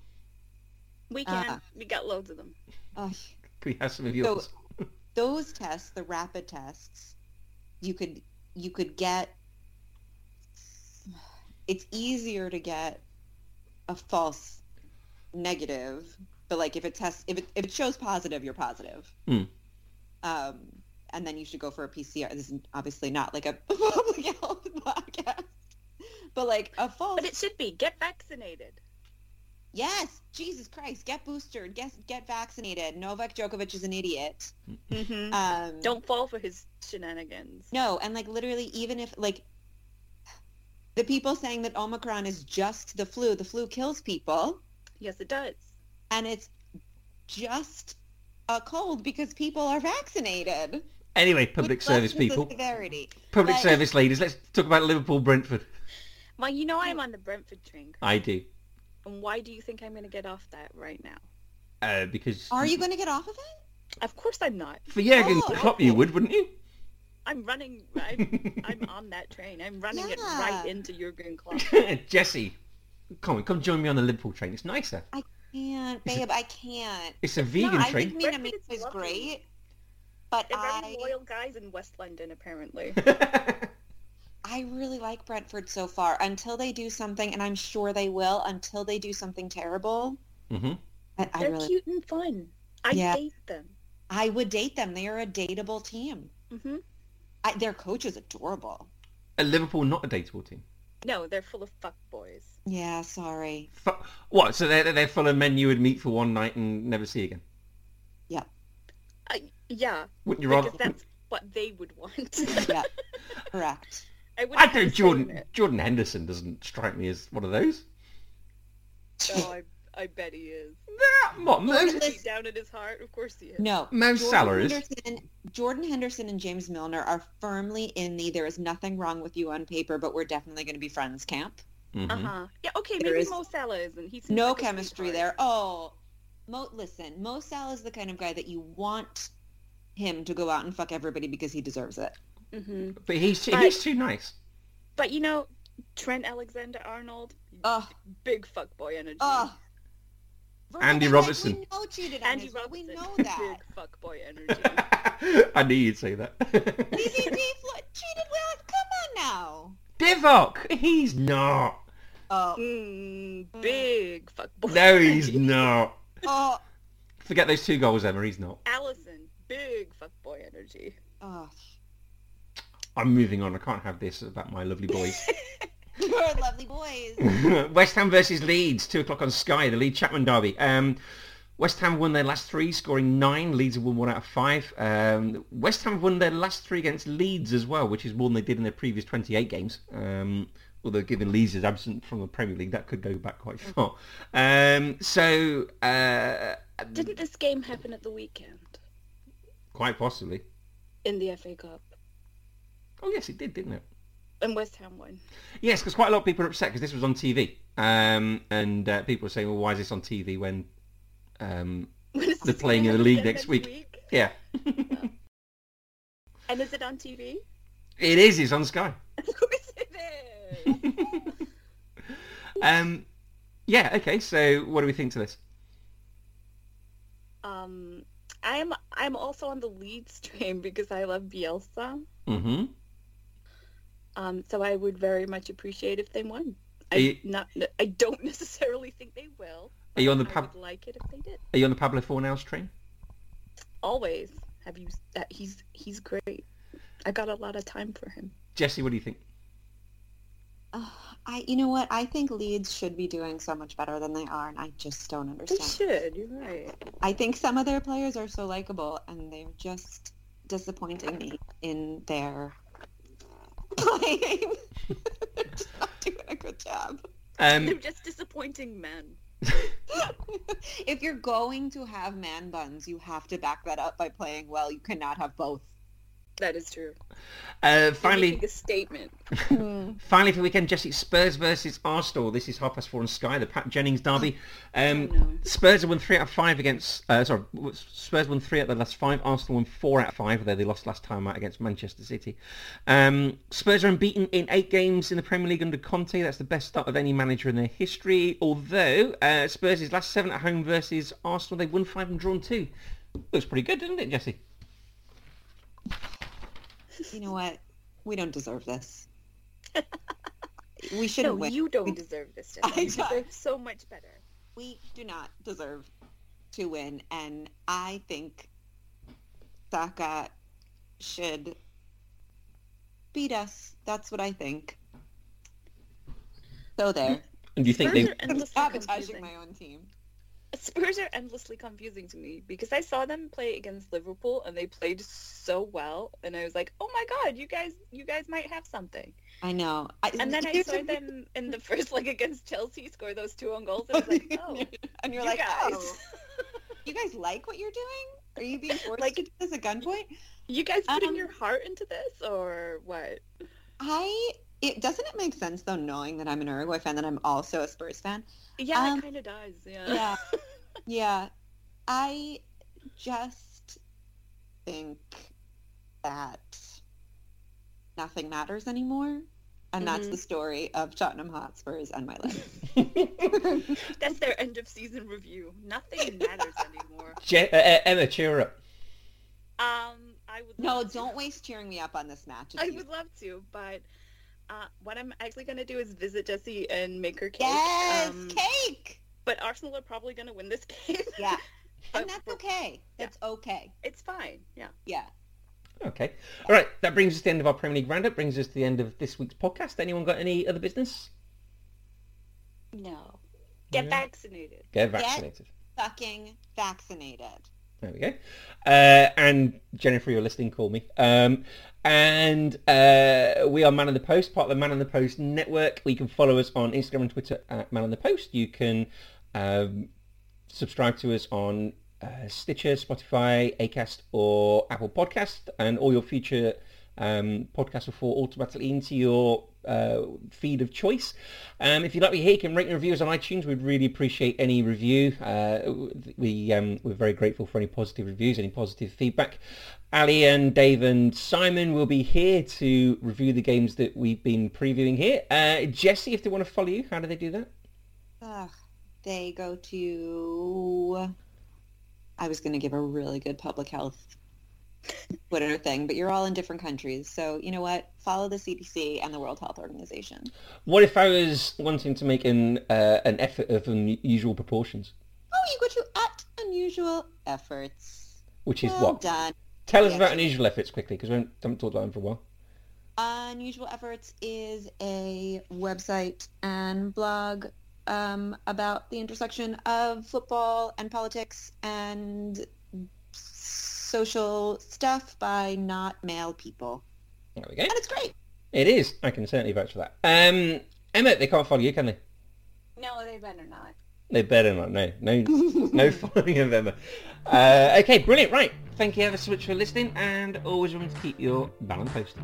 B: We can.
C: Ah.
B: we got loads of them.
C: Ugh.
A: Can we have some of yours?
C: those tests the rapid tests you could you could get it's easier to get a false negative but like if it tests if it, if it shows positive you're positive
A: Hmm.
C: um and then you should go for a pcr this is obviously not like a public health podcast but like a false
B: But it should be get vaccinated.
C: yes jesus christ get boosted get get vaccinated novak djokovic is an idiot
B: Mm-hmm.
C: um
B: Don't fall for his shenanigans.
C: No, and like literally, even if like the people saying that Omicron is just the flu, the flu kills people,
B: Yes, it does.
C: and it's just a cold because people are vaccinated.
A: Anyway, public
C: Which
A: service
C: lessens the
A: people,
C: severity.
A: public
C: Like-
A: service ladies. Let's talk about Liverpool Brentford.
B: Well, you know I'm on the Brentford train,
A: I do
B: and why do you think I'm going to get off that right now?
A: uh, because
C: Are you going to get off of it?
B: Of course I'm not.
A: for Jurgen
C: Oh,
A: Klopp,
C: okay.
A: you would, wouldn't you?
B: I'm running. I'm, I'm on that train. I'm running it
C: Yeah.
B: right into Jurgen Klopp.
A: Jesse, come on, come join me on the Liverpool train. It's nicer.
C: Can't, babe. I can't.
A: It's a vegan
C: I
A: train.
C: think Mina
B: Breakfast is
C: is
B: lovely.
C: great, but
B: They're
C: I
B: very loyal guys in West London, apparently.
C: I really like Brentford so far. Until they do something, and I'm sure they will. Until they do something terrible,
A: hmm
C: I, I
B: They're
C: really
B: cute and fun. I
C: Yeah.
B: date them.
C: I would date them. They are a dateable team.
B: hmm
C: I, their coach is adorable.
A: A Liverpool not a dateable team.
B: No, they're full of fuck boys.
C: Yeah, sorry.
A: Fu- What? So they're, they're full of men you would meet for one night and never see again?
B: I, yeah,
A: Wouldn't you rather?
B: because that's what they would want.
C: Yeah, correct.
B: I, wouldn't
A: I don't.
B: be saying
A: Jordan
B: it.
A: Jordan Henderson doesn't strike me as one of those.
B: Oh, I, I bet he is.
A: Nah, What? Mo,
B: Deep down in his heart, of course he is.
C: No,
A: Mo Salah is.
C: Henderson, Jordan Henderson and James Milner are firmly in the "there is nothing wrong with you" on paper, but we're definitely going to be friends camp.
A: Mhm.
B: Uh huh. Yeah. Okay.
C: There
B: Maybe
C: is-
B: Mo Salah isn't. He's
C: No chemistry there. Oh, Mo, listen, Mo Salah is the kind of guy that you want him to go out and fuck everybody because he deserves it.
B: hmm
A: But he's too,
B: But-
A: he's too nice.
B: But you know, Trent Alexander Arnold,
C: Oh,
B: big fuck boy energy.
C: oh,
A: Andy
C: Veronica,
A: Robertson.
C: Like, we know cheated on
B: Andy
C: us.
B: Robertson.
C: We know that.
B: Big fuckboy energy.
A: I knew you'd say that.
C: DDP fl- cheated with us. Come on now.
A: Divock, he's not.
C: Oh,
B: mm, big fuckboy.
A: No, he's
B: energy.
A: not.
C: oh,
A: Forget those two goals, Emma. He's not.
B: Allison. Big fuckboy energy.
C: oh.
A: I'm moving on. I can't have this about my lovely boys.
C: You're lovely boys.
A: West Ham versus Leeds, two o'clock on Sky, the Leeds Chapman derby. Um, West Ham won their last three, scoring nine. Leeds have won one out of five. Um, West Ham have won their last three against Leeds as well, which is more than they did in their previous 28 games. Um, although given Leeds is absent from the Premier League, that could go back quite far. Um, so uh,
B: Didn't this game happen at the weekend
A: quite possibly.
B: in the FA Cup?
A: Oh yes, it did, didn't it?
B: And West Ham won.
A: Yes, because quite a lot of people are upset because this was on TV, um, and uh, people are saying, "Well, why is this on TV when um,
B: When is
A: They're
B: this
A: playing in the
B: game
A: league
B: again
A: next week. Yeah.
B: And is it on TV?
A: It is. It's on Sky.
B: Of course it is.
A: Um, yeah. Okay. So, what do we think to this?
B: um, I'm I'm also on the Leeds train because I love Bielsa.
A: Mm-hmm.
B: Um, so I would very much appreciate if they won. I
A: Are you-
B: not I don't necessarily think they will.
A: Are you on
B: I
A: the
B: would
A: Pab-
B: like it if they did.
A: Are you on the Pablo Fornals train?
B: Always have you. Uh, he's he's great. I got a lot of time for him.
A: Jesse, what do you think?
C: Oh, I, you know what? I think Leeds should be doing so much better than they are, and I just don't
B: They
C: understand.
B: should. You're right.
C: I think some of their players are so likable, and they're just disappointing me in their playing. they're just not doing a good job.
B: They're
A: Um,
B: just disappointing men.
C: if you're going to have man buns, you have to back that up by playing well. You cannot have both.
B: That is true.
A: uh,
B: They're
A: finally,
B: making a statement.
A: finally for the weekend, Jesse Spurs versus Arsenal. This is half past four on Sky, the Pat Jennings derby.
B: Oh,
A: Um, Spurs have won three out of five against. Uh, sorry, Spurs won three out of their last five. Arsenal won four out of five, although they lost last time out against Manchester City. Um, Spurs are unbeaten in eight games in the Premier League under Conte. That's the best start of any manager in their history. Although uh, Spurs' last seven at home versus Arsenal, they won five and drawn two. Looks pretty good, doesn't it, Jesse?
C: You know what? We don't deserve this. we shouldn't
B: No,
C: win.
B: you
C: We
B: don't deserve this. Jessica.
C: I
B: You
C: don't.
B: deserve so much better.
C: we do not deserve to win and i think saka should beat us that's what i think so there
A: And do you think
B: Spurs
A: they?
B: are
C: i'm
B: endlessly
C: sabotaging
B: confusing.
C: my own team
B: Spurs are endlessly confusing to me because I saw them play against Liverpool and they played so well and I was like, "Oh my god, you guys you guys might have something."
C: i know I,
B: And then I
C: here's
B: saw
C: the-
B: them in the first leg against Chelsea score those two own goals and I was like, "Oh,
C: and you're
B: you
C: like
B: guys.
C: oh you guys like what you're doing are you being forced
B: Like-
C: like it's as a gunpoint
B: you guys putting
C: Um,
B: your heart into this or what?"
C: i it doesn't it make sense though knowing that i'm an uruguay fan that i'm also a spurs fan
B: Yeah,
C: um,
B: it kind of does. Yeah.
C: yeah yeah i just think that nothing matters anymore and that's
B: Mhm.
C: the story of Tottenham Hotspurs and my life.
B: That's their end of season review. Nothing matters anymore.
A: Je- uh, uh, Emma, cheer her up.
B: Um I would
C: no,
B: love to-
C: don't waste cheering me up on this match. It's
B: I
C: you.
B: would love to, but uh, what I'm actually going to do is visit Jessie and make her cake.
C: yes,
B: Um,
C: cake.
B: But Arsenal are probably going to win this game.
C: Yeah,
B: But-
C: and that's okay.
B: Yeah.
C: It's okay.
B: It's fine. Yeah.
C: Yeah.
A: Okay. All right. That brings us to the end of our Premier League roundup. Brings us to the end of this week's podcast. Anyone got any other business?
B: No. Get
A: Yeah.
B: vaccinated.
A: Get vaccinated.
C: Fucking vaccinated.
A: There we go. Uh, and Jennifer, you're listening, call me. Um, and uh, we are Man on the Post, part of the Man on the Post network. You can follow us on Instagram and Twitter at Man on the Post. You can um, subscribe to us on uh, Stitcher, Spotify, Acast, or Apple Podcast, and all your future um, podcasts will fall automatically into your uh, feed of choice. Um, if you like what you hear, you can rate and review us on iTunes. We'd really appreciate any review. Uh, we um, we're very grateful for any positive reviews, any positive feedback. Ali and Dave and Simon will be here to review the games that we've been previewing here. Uh, Jesse, if they want to follow you, how do they do that?
C: Ugh. They go to. I was going to give a really good public health Twitter thing, but you're all in different countries, so you know what? Follow the CDC and the World Health Organization.
A: What if I was wanting to make an uh, an effort of unusual proportions?
C: Oh, you go to at unusual efforts.
A: Which is
C: well
A: what?
C: done.
A: Tell us
C: Yeah.
A: about unusual efforts quickly, because we haven't, haven't talked about them for a while.
C: Unusual Efforts is a website and blog um, about the intersection of football and politics and social stuff by not male people.
A: There we go.
C: And it's great.
A: It is. I can certainly vouch for that. Um, Emma, they can't follow you, can they?
B: No, they better not.
A: They better not. No, no, no following of Emma. Uh, okay, brilliant. Right. Thank you ever so much for listening, and always remember to keep your balance posted.